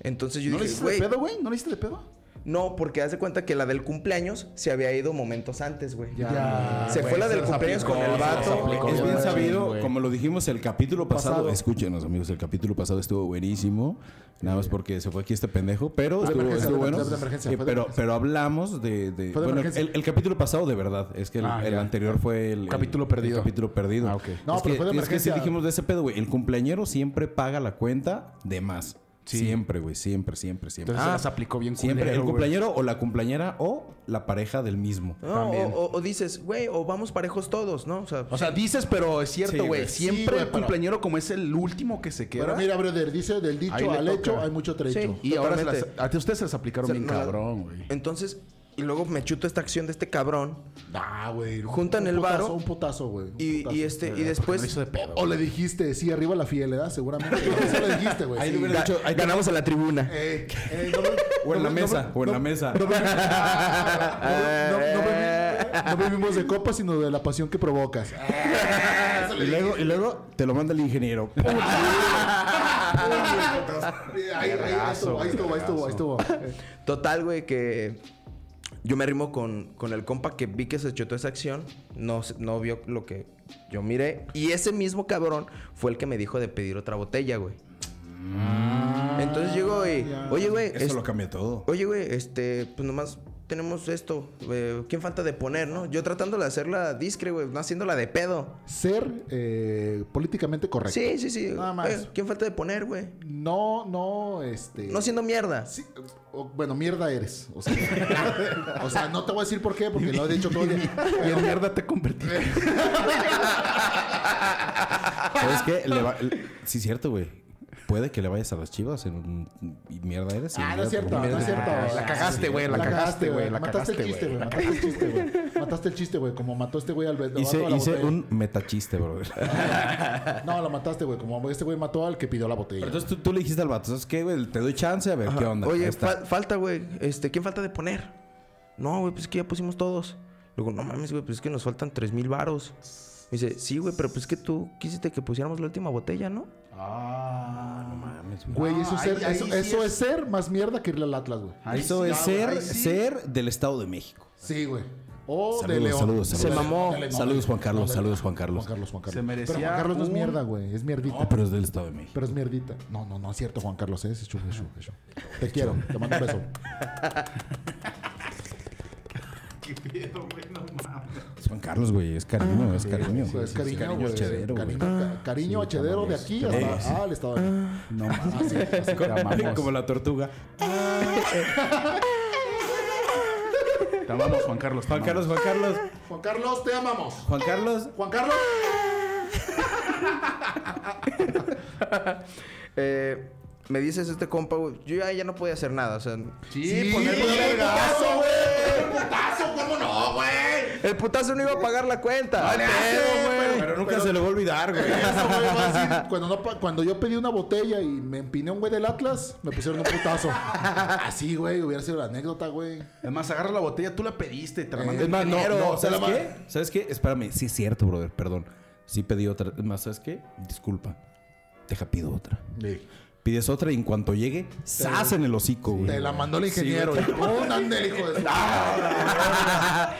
G: Entonces yo
F: ¿No le
G: dije,
F: hiciste de
G: güey.
F: pedo, güey? ¿No le hiciste de pedo?
G: No, porque haz de cuenta que la del cumpleaños se había ido momentos antes, güey.
E: Ya,
G: Se fue la del cumpleaños con el vato.
D: Es bien
E: güey.
D: sabido, como lo dijimos el capítulo pasado,
E: Pasado.
D: Escúchenos, amigos, el capítulo pasado estuvo buenísimo. Nada más porque se fue aquí este pendejo, pero
E: Fue de
D: estuvo,
E: emergencia,
D: estuvo
E: fue de-
D: bueno.
E: fue de emergencia,
D: Eh,
E: fue de
D: pero,
E: emergencia.
D: pero hablamos de. de-
E: Fue de
D: bueno,
E: emergencia.
D: el, el capítulo pasado, de verdad. Es que el,
F: Ah,
D: el
F: ya.
D: anterior fue el. el-
F: Capítulo
D: el
F: perdido.
D: capítulo perdido.
F: Ah, ok.
E: No,
D: es que,
E: pero fue de
D: es que sí
E: emergencia.
D: dijimos de ese pedo, güey. El cumpleañero siempre paga la cuenta de más.
F: Sí.
D: Siempre, güey. Siempre, siempre, siempre. Ah,
F: Entonces se las aplicó bien
D: Siempre.
F: culero,
D: el
F: güey.
D: cumpleañero o la cumpleañera o la pareja del mismo.
E: Ah,
G: No, o, o- o dices, güey, o vamos parejos todos, ¿no? O sea,
F: O sea, dices, pero es
D: Sí,
F: cierto,
D: güey.
F: güey.
E: Sí,
F: Siempre
E: güey,
F: el
E: pero-
F: cumpleañero, como es el último que se queda.
E: Pero mira, brother, dice del
F: Ahí
E: dicho
F: le
E: al
F: toca.
E: hecho hay mucho trecho.
G: Sí.
F: y ahora se las,
G: totalmente.
F: a ti- ustedes se las aplicaron
G: O sea,
F: bien
G: no la-
F: cabrón, güey.
G: entonces, y luego me chuto esta acción de este cabrón.
E: Nah, güey. un-
G: Juntan
E: un
G: el
E: putazo,
G: varo.
E: Un putazo, güey. un
G: Y,
E: putazo. Eh,
G: y este, y
F: Lo
G: después
F: hizo de pedo.
E: O le dijiste, sí, arriba la fidelidad, seguramente. Eso le dijiste, güey.
D: Ahí
E: sí.
D: le hubiera
G: ga-
D: dicho, ahí te-
G: ganamos en la tribuna.
E: Eh, eh, no me-
D: O en
E: no
D: la
E: me-
D: mesa,
E: no-
D: o en la
E: no-
D: mesa.
E: No, me- no- no- no me- no vivimos de copas, sino de la pasión que provocas.
D: Y luego, y luego te lo manda el ingeniero.
E: Ahí, ahí, ahí estuvo, ahí estuvo, ahí estuvo, ahí estuvo.
G: Total, güey, que yo me rimo con, con el compa que vi que se chutó esa acción. No, se- no vio lo que yo miré. Y ese mismo cabrón fue el que me dijo de pedir otra botella, güey. Entonces llego y, oye, güey,
D: Ah. Eso
G: es-
D: lo cambia todo.
G: Oye, güey, este, pues nomás tenemos esto. eh, ¿Quién falta de poner, no? Yo tratando de hacerla discre, güey, no haciéndola de pedo.
E: Ser eh, políticamente correcto.
G: Sí, sí, sí.
E: Nada más.
G: Oye, ¿Quién falta de poner, güey?
E: No, no, este.
G: No siendo mierda.
E: Sí, o- bueno, mierda eres. O sea, o sea, no te voy a decir por qué, porque lo he dicho todo el día.
F: Y en mierda te convertí.
D: ¿Sabes qué? Le va- le- sí, cierto, güey. Puede que le vayas a las chivas en un... y mierda eres. y
E: Ah, no
D: mierda
E: es cierto,
D: por-
E: no es cierto.
F: la cagaste, güey, la cagaste, güey, la
E: Mataste el
F: cagaste,
E: chiste,
F: güey.
E: güey. Mataste el chiste, güey. Mataste el chiste, güey. Como mató este güey al al vato
D: Hice,
E: de la
D: hice
E: botella.
D: un metachiste, brother.
E: No, lo mataste, güey. Como este güey mató al que pidió la botella.
D: Pero entonces tú, tú le dijiste al vato, ¿sabes qué, güey? Te doy chance a ver qué onda. Ahí
G: Oye,
D: está.
G: fal- falta, güey. Este, ¿quién falta de poner? No, güey, pues es que ya pusimos todos. Luego, no mames, güey, pues es que nos faltan tres mil varos. Me dice, sí, güey, pero pues es que tú quisiste que pusiéramos la última botella, ¿no?
E: Güey, eso, es
F: ahí-
E: ser,
F: ahí
E: eso,
F: sí
E: eso es...
F: es-
E: ser más mierda que irle al Atlas, güey.
D: Eso es ser, ser del Estado de México.
E: Sí, güey. O Oh, de
D: Saludos,
E: León.
D: saludos,
E: Se
D: saludos.
G: mamó.
E: Dale, no,
D: Saludos, Juan
E: no,
D: Carlos,
E: dale.
D: saludos, Juan Carlos.
E: Juan Carlos, Juan Carlos.
F: Se merecía
E: Pero Juan Carlos no es
F: un-
E: mierda, güey. Es mierdita.
D: No, pues. pero es del Estado de México.
E: Pero es mierdita. No, no, no es cierto, Juan Carlos. ¿eh? Es hecho, es hecho, es hecho. Te quiero. Te mando un beso.
D: Es Juan Carlos, güey. Es cariño, es cariño.
E: Sí, es cariño, güey.
D: Hedero,
E: Cariño,
D: güey.
E: ca- cariño hachedero de aquí hasta ah, el estado de México.
D: No mames. Como la tortuga.
F: Te amamos, Juan Carlos. te
D: Juan Carlos,
F: amamos.
D: Juan Carlos.
E: Juan Carlos, te amamos.
D: Juan Carlos.
E: Juan Carlos.
G: Eh, me dices este compa, güey. Yo ya, ya no podía hacer nada, o sea.
E: Sí,
F: ponerle
E: güey,
F: un vergazo,
E: güey. Putazo, ¿cómo no, güey?
G: El putazo no iba a pagar la cuenta.
E: le hace, pero-
D: Pero nunca se le va a olvidar, güey.
E: Eso, güey, va a decir, Cuando, no pa- cuando yo pedí una botella y me empiné un güey del Atlas, me pusieron un putazo. Así, güey, hubiera sido la anécdota, güey.
F: Además, agarra la botella, tú la pediste, te la
E: Eh,
F: mandé.
D: Es más, no,
E: Pero,
D: no, ¿sabes
E: la ma-
D: qué? ¿Sabes qué? Espérame, sí es cierto, brother, perdón. Sí pedí otra. Es más, ¿sabes qué? Disculpa. deja pido otra.
E: Sí.
D: Pides otra y en cuanto llegue, ¡zas en el hocico, güey.
E: Te la mandó el ingeniero.
D: Sí,
E: y, ¡Oh, ándale, hijo de ¡Ya,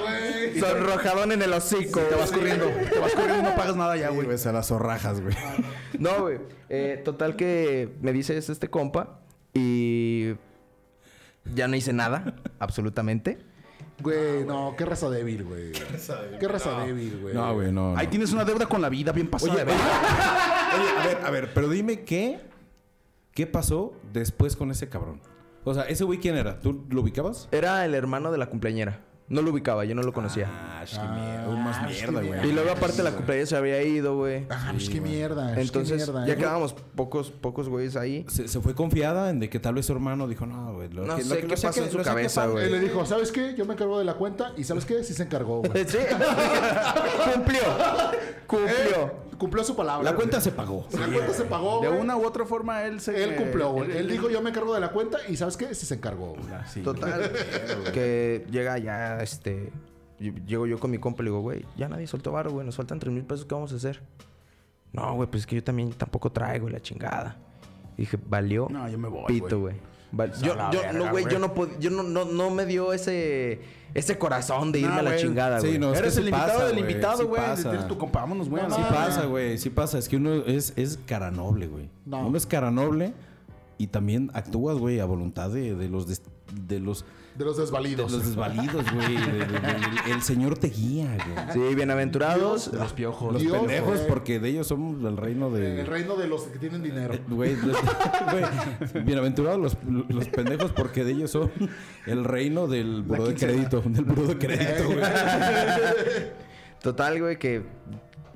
E: güey!
G: Sonrojadón en el hocico.
F: Te vas corriendo, te vas corriendo, no pagas nada ya,
D: güey,
F: güey.
D: ves a las zorrajas, güey.
G: No, güey. Eh, total que me dice es este compa y ya no hice nada, absolutamente.
E: Güey, no, qué raza débil, güey. Qué raza débil, güey.
D: No, güey, no. no.
F: Ahí tienes una deuda con la vida bien pasada.
G: Oye,
F: güey.
D: Oye, a ver, a ver, pero dime qué. ¿Qué pasó después con ese cabrón? O sea, ¿ese güey quién era? ¿Tú lo ubicabas?
G: Era el hermano de la cumpleañera. No lo ubicaba, yo no lo conocía.
D: Ah, sí, mierda. aún más mierda, güey.
G: y luego aparte la cumpleañera se había ido, güey.
E: Ah, pues qué mierda. pues,
G: Entonces
E: qué mierda.
G: ya
E: eh.
G: quedábamos pocos, pocos güeyes ahí.
D: Se, se fue confiada en de que tal vez su hermano dijo, no, güey. lo
G: No
D: que- lo
G: sé
D: que-
G: qué
D: lo
G: pasó
D: saque-
G: en su
D: lo saque
G: cabeza,
D: para-
G: güey.
E: Él le dijo, ¿sabes qué? Yo me encargo de la cuenta. ¿Y sabes qué? Sí se encargó, güey.
G: Sí. cumplió. Cumplió.
E: Eh, cumplió su palabra.
D: La cuenta se pagó.
E: La cuenta se pagó,
F: De
E: güey.
F: una u otra forma él se...
E: Él cumplió, güey.
F: él-
E: Él dijo, yo me encargo de la cuenta. ¿Y sabes qué? Sí se encargó, güey.
F: Sí.
G: Total. que llega ya, este. yo- Llego yo con mi compa y le digo, güey, ya nadie soltó barro, güey. Nos faltan 3 mil pesos, ¿qué vamos a hacer? No, güey, pues es que yo también tampoco traigo y la chingada. Y dije, valió.
F: No, yo me voy,
G: Pito, güey. Val- Yo,
F: la
G: yo-
F: verga,
G: no, güey,
F: güey.
G: yo no pod- yo no, no, no me dio ese, ese corazón de irme
F: No,
G: a la
F: güey.
G: chingada,
D: Sí,
G: güey.
D: no, es
F: Eres
D: que
F: el
D: sí
F: invitado
D: pasa,
F: del
D: güey,
F: invitado,
D: sí
F: güey.
D: pasa.
F: Eres tu compa, vámonos, güey.
E: No
F: Sí,
D: Sí
E: mames.
F: pa-
D: pasa, güey, sí pasa. Es que uno es, es cara noble, güey.
E: No.
D: Uno es cara noble y también actúas, güey, a voluntad de, de los des- de los
E: De los desvalidos.
D: los desvalidos, güey. De- de- de- el, el señor te guía, güey.
G: Sí, bienaventurados.
E: los piojos.
D: Los pendejos,
E: güey.
D: porque de ellos somos el reino de.
E: El reino de los que tienen dinero.
D: Eh, Güey, los- güey, bienaventurados los, los pendejos porque de ellos son el reino del buró de crédito, del buró de crédito,
E: Eh,
D: güey.
G: Total, güey, que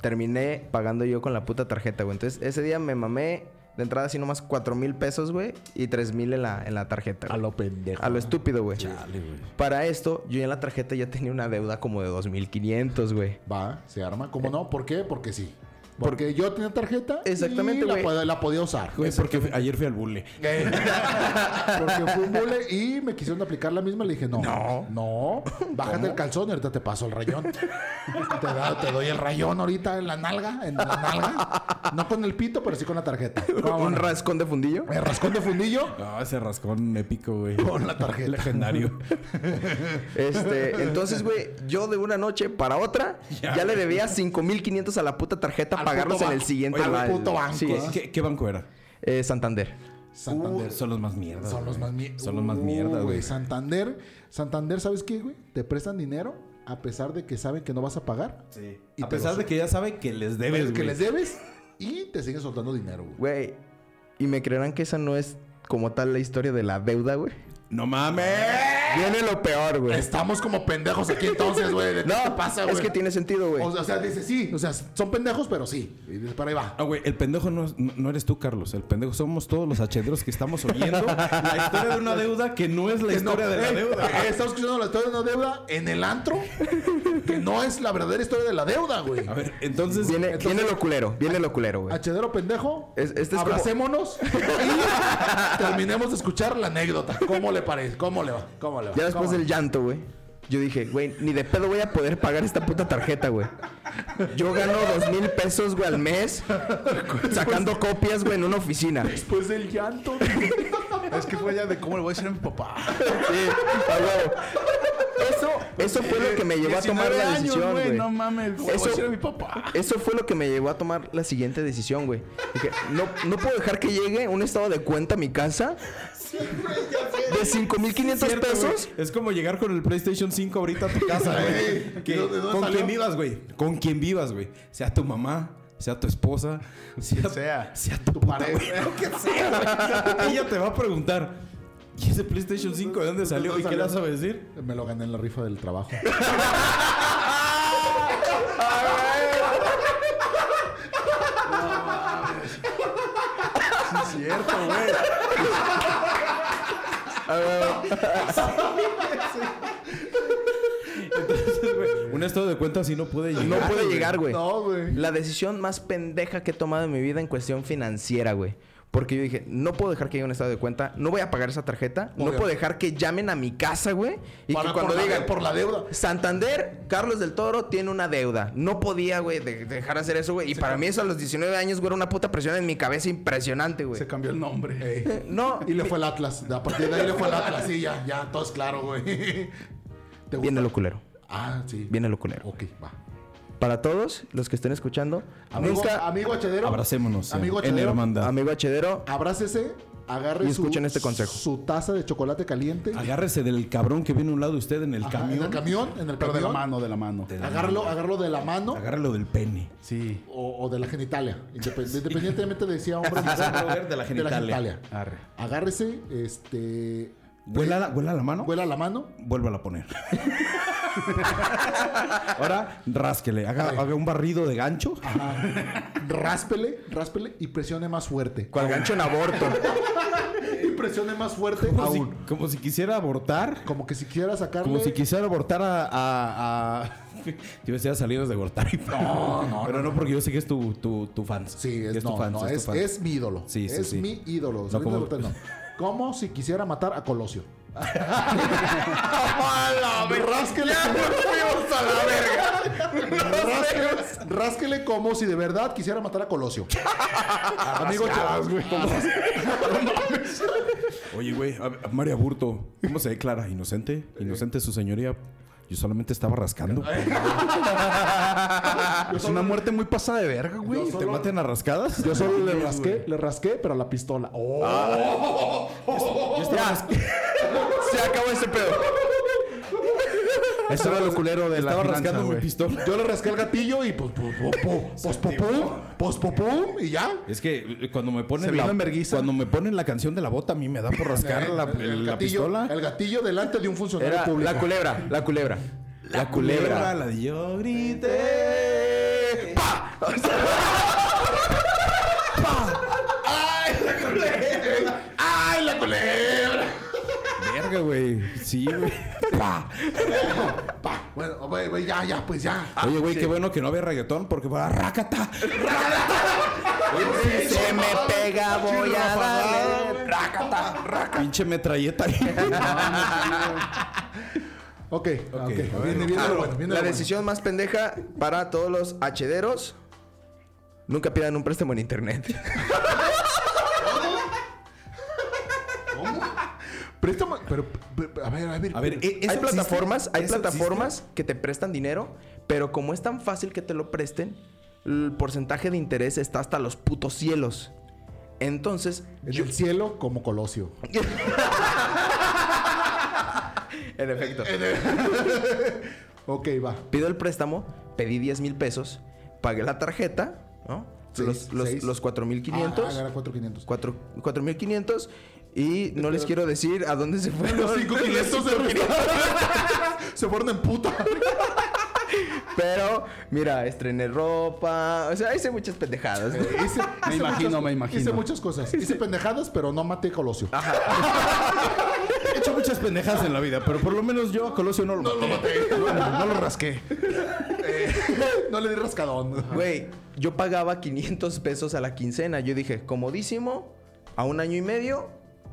G: terminé pagando yo con la puta tarjeta, güey. Entonces, ese día me mamé de entrada así nomás 4 mil pesos, güey, y 3 mil en la, en la tarjeta. güey.
E: pendejo.
G: A lo estúpido, güey.
D: Dale, güey.
G: Para esto, yo en la tarjeta ya tenía una deuda como de 2.500, güey.
E: Va, se arma. ¿Cómo no? ¿Por qué? Porque sí. Porque yo tenía tarjeta.
G: Exactamente,
E: y la
G: güey.
E: pod- la podía usar.
D: Güey, porque fui- ayer fui al bule.
E: Porque fue un mole y me quisieron aplicar la misma. Le dije, no. No. Bájate el calzón y ahorita te paso el rayón. te, da- te doy el rayón ahorita en la nalga. En la nalga. No con el pito, pero sí con la tarjeta.
G: Un rascón de fundillo.
E: Me rascón de fundillo
D: Ah, ese rascón épico, güey.
E: con la tarjeta.
D: Legendario.
G: Este, entonces, güey, yo de una noche para otra ya, le debía 5.500 a la puta tarjeta
E: Al
G: pagarlos
E: puto
G: en el
E: ba-
G: siguiente
E: Oye, al
G: mes,
E: puto
G: güey.
E: banco,
G: Sí,
E: ¿ah?
D: ¿Qué, qué banco era?
G: eh, Santander.
E: Santander.
D: Uh, son los más mierdas.
E: Son los
D: güey.
E: más mierdas.
D: Son los más mierdas, güey.
E: Santander, Santander, ¿sabes qué, güey? Te prestan dinero a pesar de que saben que no vas a pagar.
D: Sí.
E: Y
D: A
E: te
D: pesar
E: los-
D: de que ya sabe que les debes,
E: que
D: güey.
E: les debes y te siguen soltando dinero, güey.
G: Güey, y me creerán que esa no es como tal la historia de la deuda, güey.
D: ¡No mames!
E: ¡Eh!
G: Viene lo peor, güey.
E: Estamos como pendejos aquí entonces, güey. ¿De qué te
G: No,
E: pasa,
G: es
E: güey?
G: que tiene sentido, güey.
E: O sea, o sea, dice sí. O sea, son pendejos, pero sí. Y dices, Para ahí va.
D: Ah, güey, el pendejo no, es- no- no eres tú, Carlos. El pendejo somos todos los hachederos que estamos oyendo la historia de una deuda que no es la
E: Que
D: historia
E: no-
D: de la
E: eh,
D: deuda.
E: eh, Estamos escuchando la historia de una deuda en el antro. que no es la verdadera historia de la deuda, güey.
D: A ver,
E: pues,
D: entonces.
G: Viene,
D: entonces-
G: viene lo culero, viene lo culero, güey.
E: Hachedero pendejo.
G: pues. Es- este es como-
E: abracémonos y terminemos de escuchar la anécdota. ¿Cómo le parece? ¿Cómo le va? ¿Cómo le va?
G: Ya después
E: ¿Cómo
G: del llanto, güey. Yo dije, güey, ni de pedo voy a poder pagar esta puta tarjeta, güey. Yo gano dos mil pesos, güey, al mes, sacando copias, güey, en una oficina. Sí,
F: Después del llanto. es que fue ya de cómo le voy a decir a mi papá.
G: a huevo. Eso, eso fue lo que me llevó a tomar
F: 19
G: la
F: años,
G: decisión, güey.
F: No mames, ¿cómo le voy
G: Eso-
F: a decir a mi papá?
G: Eso fue lo que me llevó a tomar la siguiente decisión, güey. Dije, no, no puedo dejar que llegue un estado de cuenta a mi casa de 5500
D: Cierto, güey.
G: pesos.
D: Es como llegar con el PlayStation 5 ahorita a tu casa, güey. Que-
E: ¿de dónde- de dónde
D: con
E: salió?
D: quien vivas, güey. Con quien vivas, güey. Sea tu mamá, sea tu esposa, sea,
F: sea.
D: sea tu,
E: Tu
D: puta,
E: pareja.
D: güey. Lo que sea, güey. Ella te va a preguntar: ¿Y ese PlayStation 5 de dónde salió? ¿Y qué le vas a decir?
E: va? Me lo gané en la rifa del trabajo.
F: Es cierto, güey.
D: Entonces, güey, un estado de cuenta así no puede llegar.
G: No puede llegar, güey.
E: No, güey.
G: La decisión más pendeja que he tomado en mi vida en cuestión financiera, güey. Porque yo dije, no puedo dejar que haya un estado de cuenta, no voy a pagar esa tarjeta, no
E: Obvio.
G: puedo dejar que llamen a mi casa, güey. Y
E: Para-
G: que cuando
E: por la
G: digan,
E: de- por la deuda.
G: Santander, Carlos del Toro tiene una deuda. No podía, güey, de- dejar hacer eso, güey. Y para mí eso a los 19 años, güey, era una puta presión en mi cabeza impresionante, güey.
F: Se cambió el nombre.
E: Ey.
G: No,
E: Y le fue el Atlas. A partir de ahí le fue el Atlas. Sí, ya, ya, todo es claro, güey. ¿Te gusta?
G: viene lo culero.
E: Ah, sí.
G: Viene lo culero.
E: Ok, va.
G: Para todos los que estén escuchando,
E: Amigo,
G: nunca,
E: amigo Achedero.
D: Abracémonos eh,
E: Amigo Ah,
D: en
E: Achedero,
D: hermandad.
G: amigo Hachedero,
E: Abrácese, agarre
G: Y
E: su-
G: escuchen este consejo.
E: su taza de chocolate caliente.
D: Agárrese del cabrón que viene a un lado de usted en el
E: Ajá, En
D: camión.
E: el camión, en el
F: Pero de la
E: camión.
F: mano, de la mano.
E: Agárralo, agárralo de la mano
D: Agárralo del pene.
F: Sí.
E: o, o de la genitalia. Independ- independientemente de si a hombre o mujer.
D: Agárralo de la genitalia.
F: Arre.
E: Agárrese, este.
D: Huela la, huela la mano.
E: Huela la mano.
D: Vuélvala a poner. Ahora, rásquele. Haga, haga un barrido de gancho.
E: Ráspele, ráspele y presione más fuerte.
G: cual gancho en aborto.
E: Y presione más fuerte
D: Como si,
E: aún.
D: como si quisiera abortar.
E: Como que si quiera sacarle.
D: Como si quisiera abortar a. a, a- yo decía salidas de abortar. No, no. Pero no, porque yo sé que es tu, tu, tu fans.
E: Sí,
D: Que
E: es, no,
D: tu fans,
E: no,
D: tu
E: es,
D: fans.
E: es mi ídolo.
D: Sí, sí,
E: es
D: sí.
E: mi ídolo.
D: como-
E: Saliendo de Gortari, no. Como si quisiera matar a Colosio.
G: ¡Hola, me
E: Rásquele.
G: Ya nos fuimos a la verga.
E: Rásquele, rásquele como si de verdad quisiera matar a Colosio. Amigo, Chávez,
D: Oye, güey, a- a María Burto, ¿cómo se declara? ¿Inocente? ¿Inocente su señoría? Yo solamente estaba rascando.
F: Ah, Es una muerte muy pasada de verga, güey.
D: Güey, ¿te
E: solo-
D: maten a rascadas?
E: Yo solo le rasqué, le rasqué, pero la pistola. Oh,
G: Ah. Ya. Se acabó ese pedo.
F: Eso era lo culero de la
D: Estaba
F: finanza,
D: rascando mi
F: güey.
D: pistola.
E: yo le rasqué el gatillo y pues pues pues, pues, pues, pues, pum, pues, pues, pum, y ya.
D: Es que eh, cuando me
F: Se
D: ponen
F: vino
D: la,
F: en vergüenza.
D: cuando me ponen la canción de la bota a mí me da por rascar la,
E: El- el
D: la
E: gatillo-
D: pistola.
E: El gatillo delante de un funcionario
G: Era
E: público.
G: la culebra, la culebra. La culebra.
D: la de yo grité.
E: ¡Ay, la culebra!
D: Verga, güey. Sí, güey. Pa.
E: Pa, bueno, güey, güey, ya, ya, pues ya.
D: Oye, güey, qué bueno que no había reggaetón porque va rácata.
G: Se me pega, voy a darle.
D: Pinche metralleta.
E: Ok, ok.
D: Ok,
E: Viene,
D: a ver.
E: viene, lo Ah, bueno, viene
G: La
E: lo bueno.
G: decisión más pendeja para todos los hederos. Nunca pidan un préstamo en internet.
E: Préstamo, pero, pero, a ver, a ver.
D: A ver, ¿e- eso
G: hay
D: existe?
G: plataformas, hay
D: ¿Eso
G: plataformas que te prestan dinero, pero como es tan fácil que te lo presten, el porcentaje de interés está hasta los putos cielos. Entonces,
E: en
G: yo-
E: el cielo como Colosio.
G: en efecto,
E: Ok, va.
G: pido el préstamo, pedí 10 mil pesos, pagué la tarjeta, ¿no?
E: Seis,
G: los, los,
E: seis.
G: los
E: Ah, ah,
G: 4.500.
E: era 4500.
G: cuatro- 4.500. Y no les quiero decir a dónde se fueron.
E: Los 5500 de resta- Se fueron en puta.
G: Pero, mira, estrené ropa. O sea, hice muchas pendejadas.
E: Hice- hice
F: Me imagino,
E: muchas-
F: me imagino.
E: Hice muchas cosas. Hice pendejadas, pero no maté a Colosio.
D: He hecho muchas pendejas en la vida, pero por lo menos yo a Colosio no lo maté.
F: No lo rasqué.
E: no le di rascadón.
G: Güey, yo pagaba 500 pesos a la quincena. Yo dije, comodísimo, a un año y medio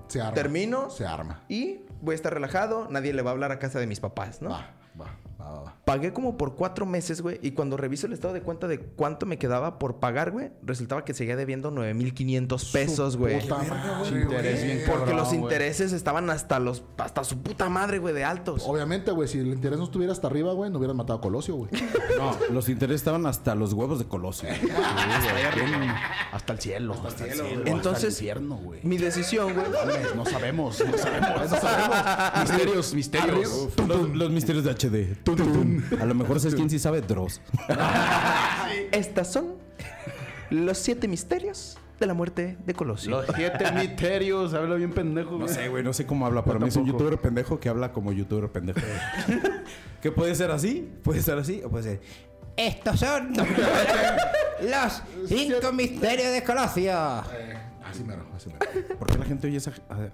E: Se arma.
G: Termino.
E: Se arma.
G: y voy a estar relajado. Nadie le va a hablar a casa de mis papás, ¿no?
E: Va, va, va, va, va.
G: Pagué como por cuatro meses, güey. Y cuando reviso el estado de cuenta de cuánto me quedaba por pagar, güey, resultaba que seguía debiendo 9,500 pesos, güey.
E: Puta
F: Ah,
E: madre,
F: Interés
E: güey.
F: bien
G: Porque
F: cabrón,
G: los
F: güey.
G: intereses estaban hasta los hasta su puta madre, güey, de altos.
E: Obviamente, güey, si el interés no estuviera hasta arriba, güey, no hubieran matado a Colosio, güey.
D: No, los intereses estaban hasta los huevos de Colosio.
F: Hasta el cielo. Hasta el cielo.
G: Entonces-
F: Hasta el infierno, güey.
G: Mi decisión, güey.
F: No sabemos, no sabemos, no sabemos. Misterios, misterios.
D: Uf, Los, los misterios de HD. Tum, tum. A lo mejor es quien sí sabe Dross.
G: Estas son los siete misterios de la muerte de Colosio.
F: Los siete misterios. Habla bien pendejo,
D: No
F: güey.
D: sé, güey, no sé cómo habla. Para
F: Yo
D: mí es un
F: tampoco.
D: youtuber pendejo que habla como youtuber pendejo. que puede ser así, puede ser así, o puede ser. Estos son los cinco misterios de Colosio.
E: Así mero, así mero.
D: ¿Por qué la gente oye esa.? a ver,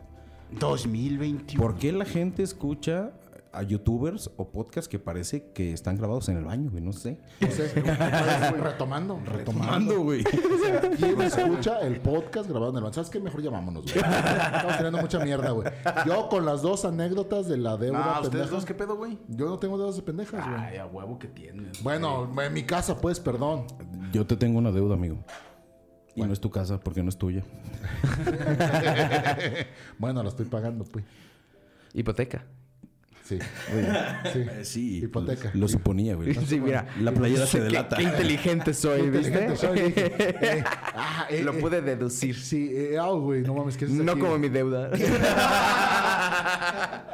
F: 2021.
D: ¿Por qué la gente escucha a youtubers o podcasts que parece que están grabados en el baño, güey, no sé.
E: No sé, retomando, retomando.
D: Tomando, güey.
E: ¿Quién escucha el podcast grabado en el baño? ¿Sabes qué? Mejor ya vámonos, güey. Estamos tirando mucha mierda, güey. Yo con las dos anécdotas de la deuda
F: Ah, ustedes
E: pendeja.
F: dos, ¿qué pedo, güey?
E: Yo no tengo dedos de pendejas, güey.
F: a huevo que tienes.
E: Bueno, en mi casa, pues, perdón.
D: Yo te tengo una deuda, amigo. Y no es tu casa porque no es tuya.
E: Bueno, la estoy pagando, pues.
G: Hipoteca.
E: Sí. oye, sí.
D: pues,
F: Eh,
E: Hipoteca.
D: Lo, lo suponía, güey.
G: Sí, mira.
D: La playera
G: Qué-
D: se delata.
G: Qué, inteligente soy,
E: Qué inteligente
G: ¿viste?
E: soy, dije. Eh, ah, eh,
G: Lo
E: eh.
G: pude deducir.
E: Sí, eh, ah, güey, no mames, que
G: No como mi deuda.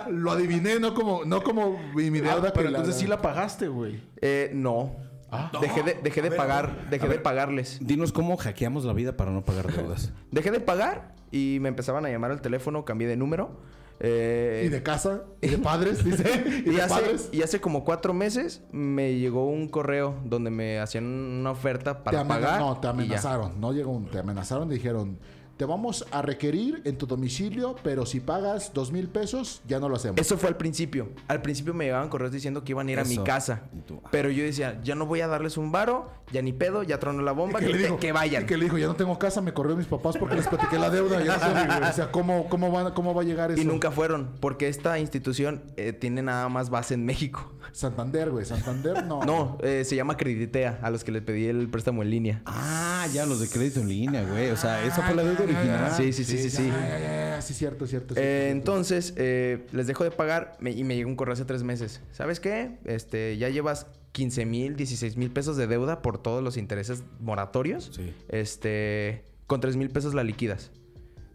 E: Lo adiviné, no como, no como mi, mi deuda.
F: Ah, pero
E: que la-
F: entonces sí la pagaste, güey.
G: Eh, no.
E: Ah.
G: Dejé de, dejé de pagar, dejé de pagarles.
D: Dinos cómo hackeamos la vida para no pagar deudas.
G: Dejé de pagar y me empezaban a llamar al teléfono, cambié de número. Eh,
E: Y de casa, y de padres, dice. Y,
G: y
E: de
G: hace,
E: padres.
G: y hace como cuatro meses me llegó un correo donde me hacían una oferta para
E: te amena-
G: pagar.
E: No, te
G: y ya.
E: amenazaron. No llegó un. Te amenazaron, dijeron. Te vamos a requerir en tu domicilio, pero si pagas dos mil pesos, ya no lo hacemos.
G: Eso fue al principio. Al principio me llegaban correos diciendo que iban a ir a
D: Eso.
G: mi casa.
D: Y tú, ah.
G: Pero yo decía, ya no voy a darles un varo, ya ni pedo, ya tronó la bomba, que,
E: le
G: te-
E: dijo-
G: que vayan.
E: y que le dijo, ya no tengo casa, me corrió mis papás porque les platiqué la deuda. Ya no sé, güey. o sea, ¿cómo, cómo, va, ¿cómo va a llegar eso?
G: Y nunca fueron, porque esta institución eh, tiene nada más base en México.
E: Santander, güey. Santander, no.
G: No, eh, se llama Creditea, a los que les pedí el préstamo en línea.
D: Ah, ya los de crédito en línea, güey. O sea, esa fue la deuda original.
G: sí, sí, sí, sí, sí.
E: Ah, ya, ya, sí, cierto, cierto. cierto,
G: Eh,
E: cierto.
G: entonces, eh, les dejo de pagar me- y me llegó un correo hace tres meses. ¿Sabes qué? Este, ya llevas 15 mil, 16 mil pesos de deuda por todos los intereses moratorios.
D: Sí.
G: Este, con 3 mil pesos la liquidas.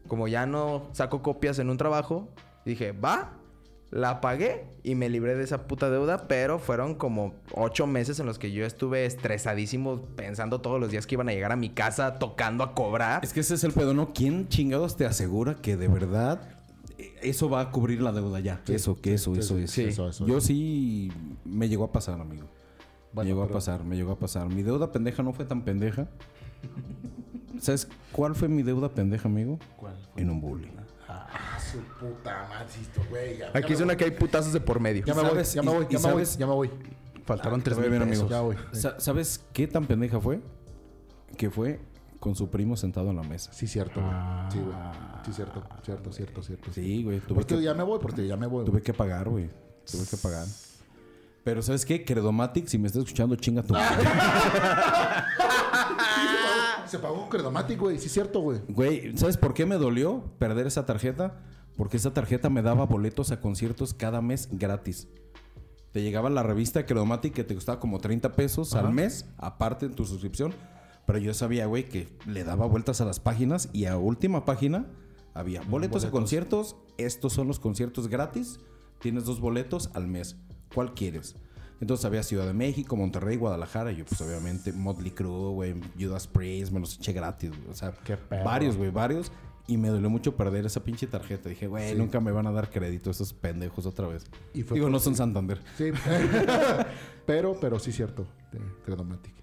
G: Como ya no saco copias en un trabajo, dije, va, la pagué y me libré de esa puta deuda, pero fueron como ocho meses en los que yo estuve estresadísimo pensando todos los días que iban a llegar a mi casa tocando a cobrar.
D: Es que ese es el pedo, ¿no? ¿Quién chingados te asegura que de verdad eh, eso va a cubrir la deuda ya? eso, que eso, eso es.
E: sí, eso, eso
D: Yo sí me llegó a pasar, amigo. me
E: Bueno,
D: llegó
E: pero-
D: a pasar, me llegó a pasar. Mi deuda pendeja no fue tan pendeja. ¿Sabes cuál fue mi deuda pendeja, amigo? ¿Cuál? En un bullying.
E: Su puta madre, insisto, güey. ya-
G: Aquí
E: ya
G: es
E: me
G: una que hay putazos de por medio.
E: Ya me voy,
D: ¿Sabes?
E: ya me
D: Y-
E: voy,
D: y
E: ya me voy,
D: sabes-
E: ya me voy. Ah,
F: Faltaron tres
D: Te voy
F: mil
D: bien,
F: pesos.
D: amigo.
E: Ya voy.
D: Sa- ¿Sabes qué tan pendeja fue? Que fue con su primo sentado en la mesa.
E: Sí, cierto, güey. Sí, güey. Sí, cierto, cierto, cierto, cierto.
D: Ah. Sí, güey. Tuve,
E: Porque
D: que,
E: ya me voy, porque ya me voy.
D: tuve que pagar, gügüey. Tuve que pagar. Pero ¿sabes qué? Credomatic, si me estás escuchando, chinga tu madre.
E: Se pagó un credomatic, güey. Sí, cierto, güey.
D: Güey, ¿sabes por qué me dolió perder esa tarjeta? Porque esa tarjeta me daba boletos a conciertos cada mes gratis. Te llegaba la revista Credomatic que te costaba como 30 pesos al mes, aparte en tu suscripción. Pero yo sabía, güey, que le daba vueltas a las páginas y a última página había boletos, a conciertos. Estos son los conciertos gratis. Tienes dos boletos al mes. ¿Cuál quieres? Entonces había Ciudad de México, Monterrey, Guadalajara. Yo, pues obviamente, Motley Crue, güey, Judas Priest, me los eché gratis. güey. O sea, varios, güey, varios. Y me dolió mucho perder esa pinche tarjeta. Dije, güey, nunca me van a dar crédito esos pendejos otra vez.
E: Y fue
D: Digo, no son Santander.
E: Sí. pero, pero sí, cierto. de Credomatic.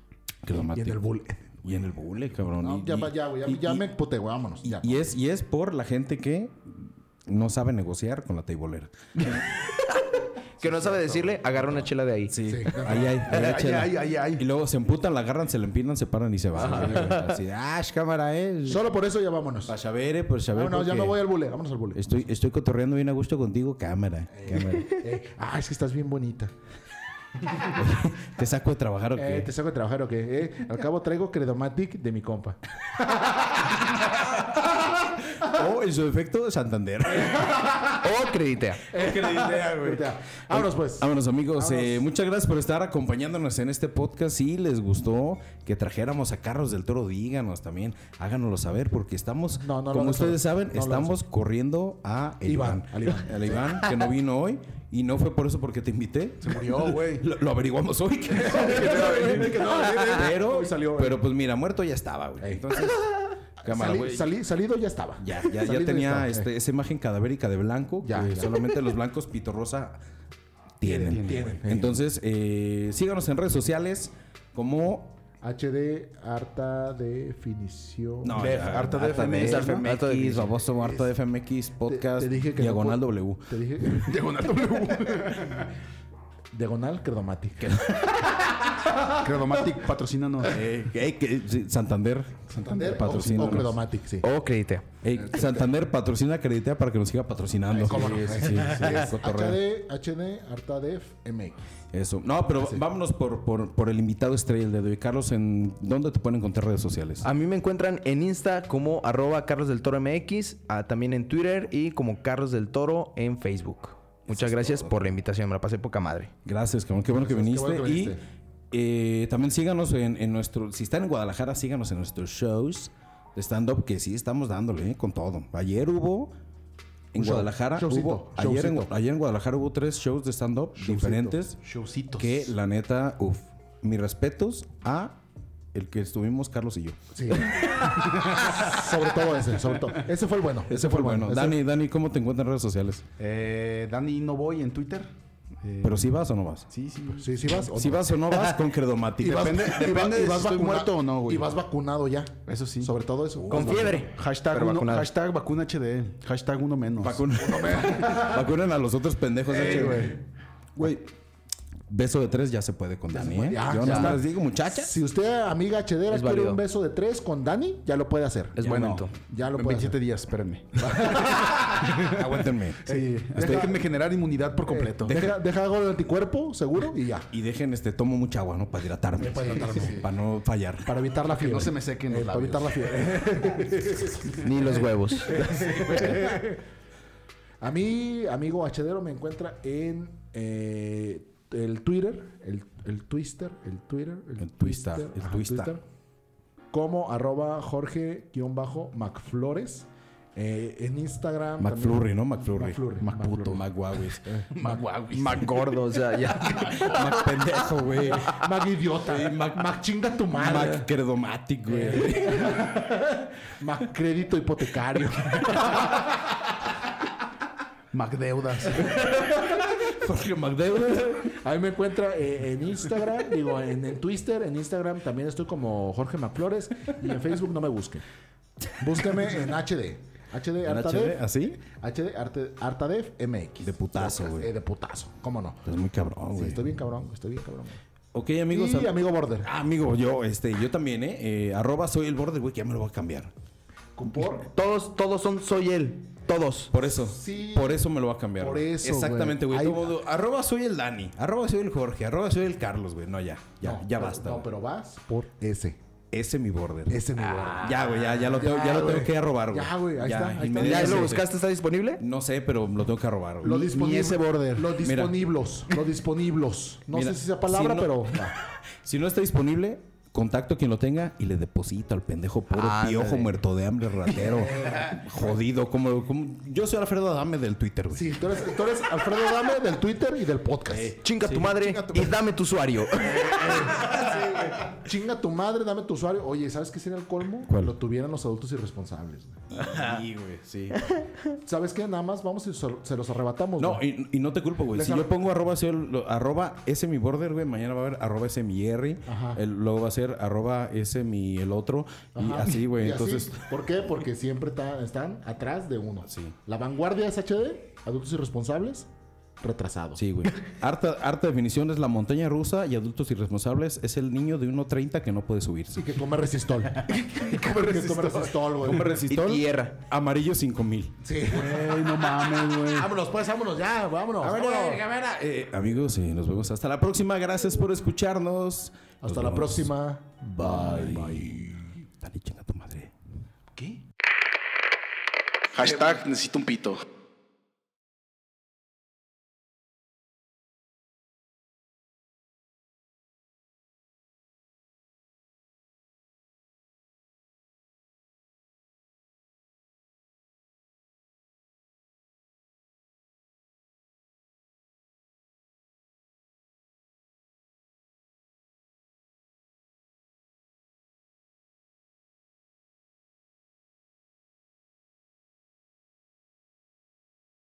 D: Credomatic.
E: Y en el bull.
D: Y en el bule, cabrón.
E: No,
D: Y-
E: ya,
D: y-
E: va, ya, güey. Ya,
D: y-
E: ya
D: y-
E: me puté, güey. Vámonos.
D: y-
E: Ya.
D: y es, y es por la gente que no sabe negociar con la teibolera.
G: Que no sabe decirle, agarra una chela de ahí.
D: Sí. Ahí hay, ahí hay
F: Ay,
D: chela.
F: ay, ay, ay.
D: Y luego se emputan, la agarran, se la empinan, se paran y se van. Así, ah, cámara, eh.
E: Solo por eso ya vámonos.
D: Para saber, eh, por saber.
E: Vámonos, ya
D: porque
E: me voy al bule. Vámonos al bule.
D: Estoy, estoy cotorreando bien a gusto contigo, cámara. cámara.
E: Eh, ah, es que estás bien bonita.
D: ¿Te saco de trabajar o qué?
E: Eh, te saco de trabajar o qué. Eh, al cabo traigo credomatic de mi compa.
D: O Oh, en su efecto, Santander.
E: Eh,
G: O creditea.
D: Ah,
E: Ahorita. Vámonos, pues.
D: Vámonos amigos, Eh, muchas gracias por estar acompañándonos en este podcast. Si les gustó que trajéramos a Carros del Toro, díganos también, háganoslo saber porque estamos,
E: No, no lo
D: como
E: hagas
D: ustedes
E: saber.
D: saben,
E: No lo
D: estamos corriendo a el
E: Iván,
D: Iván,
E: al Iván.
D: Al Iván, que no vino hoy y no fue por eso porque te invité. Se murió, güey. Lo, lo averiguamos hoy. que- pero, pero pues mira, muerto ya estaba, güey. Entonces, cámara,
E: Salí-
D: güey.
E: salí- salido ya estaba.
D: Ya, ya, ya
E: Salido
D: tenía
E: estaba.
D: este, esa imagen cadavérica de blanco
E: Ya,
D: que
E: ya.
D: solamente los blancos pito rosa tienen. Entonces, eh, síganos en redes sociales como
E: HD, harta definición.
D: No,
F: De-
D: ya,
F: harta de FMX,
D: harta
F: ¿no?
D: harta de FMX, baboso, harta de FMX, podcast,
E: no
D: diagonal
E: puedo-
D: W.
E: Te dije
F: Diagonal W.
E: Diagonal Credomati.
F: Credomatic, patrocínanos.
D: Eh, eh, que- sí, Santander.
E: Santander
D: patrocina.
E: O Credomatic, sí.
G: O crédito.
D: Santander patrocina Creditea para que nos siga patrocinando. Sí, sí, sí, es cotorreo.
E: HD, HD, harta def, MX.
D: Eso. No,
E: Ah,
D: pero vámonos por, por, por el invitado estrella el día de hoy. Carlos, ¿en dónde te pueden encontrar redes sociales?
G: A mí me encuentran en Insta como arroba Carlos del Toro MX, ah, también en Twitter y como Carlos del Toro en Facebook. Muchas gracias por la invitación, me la pasé poca madre.
D: Gracias, cabrón. Qué bueno que
E: Gracias,
D: viniste.
E: qué bueno que
D: y eh, también síganos en, en nuestro. Si están en Guadalajara, síganos en nuestros shows de stand-up, que sí estamos dándole eh, con todo. Ayer hubo. En
E: Un show,
D: Guadalajara
E: showcito,
D: hubo. Ayer en,
E: showcito.
D: ayer en Guadalajara hubo tres shows de stand-up diferentes.
F: Showcitos.
D: Que la neta, uff. Mis respetos a el que estuvimos Carlos y yo.
E: Sí. sobre todo ese, sobre todo. Ese fue el bueno.
D: Ese fue el bueno.
E: Ese-
D: Dani, Dani, ¿cómo te encuentras en redes sociales?
F: Eh, Dani no voy en Twitter. Eh,
D: ¿Pero si vas o no vas?
F: sí, sí.
E: Sí, sí vas. o
D: Si
E: no?
D: vas o no vas con Credomatic.
F: Depende- depende de si estoy
E: vacuna-
F: muerto o no, güey.
E: Y vas vacunado ya.
F: Eso sí.
E: Sobre todo eso.
G: Con fiebre.
F: Hashtag,
G: Pero
F: uno-
G: vacunado.
F: hashtag vacuna HD. Hashtag uno menos.
D: Vacunen, vacunen a los otros pendejos. eh, güey. Güey, beso de tres ya se puede con Dani, ¿eh?
E: Ya, Ah,
D: Yo
E: ya.
D: nada más les digo, muchachas.
E: Si usted, amiga hedera,
G: Es
E: quiere
G: válido.
E: un beso de tres con Dani, ya lo puede hacer.
G: Es
F: Bueno,
G: momento.
E: Ya lo
F: en
E: puedes
F: 27 días, espérenme.
D: Aguántenme.
E: Sí.
F: Déjenme generar inmunidad por completo.
E: Deja, deja algo del anticuerpo, seguro, y ya.
D: Y dejen, este, tomo mucha agua, ¿no? Para hidratarme.
E: Para hidratarme.
D: Para no fallar.
E: Para evitar la fiebre.
F: no se me sequen los
E: Eh, Para
F: labios.
E: evitar la fiebre.
G: Ni los huevos.
E: A mí, amigo Hachedero, me encuentra en eh, el Twitter, el, el Twister, el Twitter,
D: El Twister, el
E: ajá,
D: Twister.
E: como arroba Jorge-MacFlores. Eh, en Instagram.
D: McFlurry,
E: también-
D: ¿no? McFlurry.
E: McFlurry. Eh.
D: McPuto. McGuawis.
G: Más gordo, o sea, ya.
D: McPendejo, güey.
E: Mac idiota.
D: Sí, Mac-
E: Mac, chinga tu madre.
D: McCredomatic,
E: Eh.
D: güey.
E: Mac, crédito hipotecario.
F: Macdeudas.
D: Jorge McDowell.
E: Ahí me encuentra eh, en Instagram, digo, en, en Twitter, en Instagram también estoy como Jorge Macflores y en Facebook no me busquen. Búsqueme en HD. HD
D: ¿En
E: Arta
D: HD?
E: Def,
D: ¿Así?
E: HD Arte- Arta Def MX.
D: De putazo, güey.
E: Eh, de putazo, cómo no.
D: Es Pues muy cabrón,
E: Sí,
D: güey.
E: estoy bien cabrón, estoy bien cabrón.
D: Ok, amigos.
E: y
D: am-
E: amigo Border.
D: Ah, amigo, yo, este, yo también, ¿eh? Eh, Arroba soy el borde, güey, que ya me lo voy a cambiar.
E: Por,
G: Todos, todos son soy él. Todos.
D: Por eso.
E: Sí.
D: Por eso me lo va a cambiar.
E: Por
D: güey.
E: eso,
D: Exactamente,
E: güey.
D: güey.
E: Ahí
D: Todo
E: va.
D: mundo, Arroba soy el Dani. Arroba soy el Jorge. Arroba soy el Carlos, güey. No, ya. Ya,
E: no,
D: ya
E: pero-
D: basta.
E: No,
D: güey.
E: pero vas por ese.
D: Ese es mi border.
E: Ese mi border.
D: Ya, güey, ya, ya lo tengo, ya, lo
E: güey.
D: tengo que arrobar, güey.
E: Ya, güey, ahí está, ahí está.
G: ¿Ya
D: inmediatamente.
G: lo buscaste? ¿Está disponible?
D: No sé, pero lo tengo que arrobar, güey.
E: Lo
D: Ni- ni
E: disponible-
D: ese border.
E: Los
D: Mira,
E: disponibles. Los disponibles. No
D: Mira,
E: sé si esa
D: si
E: palabra,
D: no-
E: pero. va.
D: si no está disponible, contacto a quien lo tenga y le deposito al pendejo puro
G: Ándale.
D: piojo muerto de hambre ratero. jodido, como, como- Yo soy Alfredo Adame del Twitter, güey.
E: Sí, tú eres, tú eres Alfredo Dame del Twitter y del podcast.
G: Chinga tu madre
E: Chinga tu
G: y
E: madre.
G: dame tu usuario.
E: Chinga tu madre, dame tu usuario. Oye, ¿sabes qué sería el colmo?
D: ¿Cuál?
E: Lo tuvieran los adultos irresponsables. güey.
D: Sí, güey, sí.
E: ¿Sabes qué? Nada más vamos y se se los arrebatamos.
D: No,
E: güey.
D: y, y no te culpo, güey. Si
E: Déjame-
D: yo pongo arroba, soy el- lo- arroba ese mi border, güey, mañana va a haber arroba ese mi Jerry.
E: Ajá.
D: El- luego va a ser arroba ese mi el otro. Y
E: Ajá.
D: así, güey.
E: Y
D: Entonces,
E: ¿Por qué? Porque siempre ta- están atrás de uno.
D: Sí.
E: La vanguardia es HD, adultos irresponsables, retrasados.
D: sí, güey. Harta, harta definición es la montaña rusa y adultos irresponsables es el niño de 1.30 que no puede subirse.
E: Y que come resistol. que come resistol, güey.
D: Come resistol.
G: Y tierra.
D: Amarillo 5000.
E: Sí. no mames, güey. Vámonos, pues, vámonos ya, vámonos. vámonos.
D: Eh, amigos, eh, nos vemos hasta la próxima. Gracias por escucharnos. Nos
E: Hasta la
D: vemos.
E: próxima.
D: Bye. Dale, chinga tu madre.
F: ¿Qué?
C: Hashtag necesito un pito.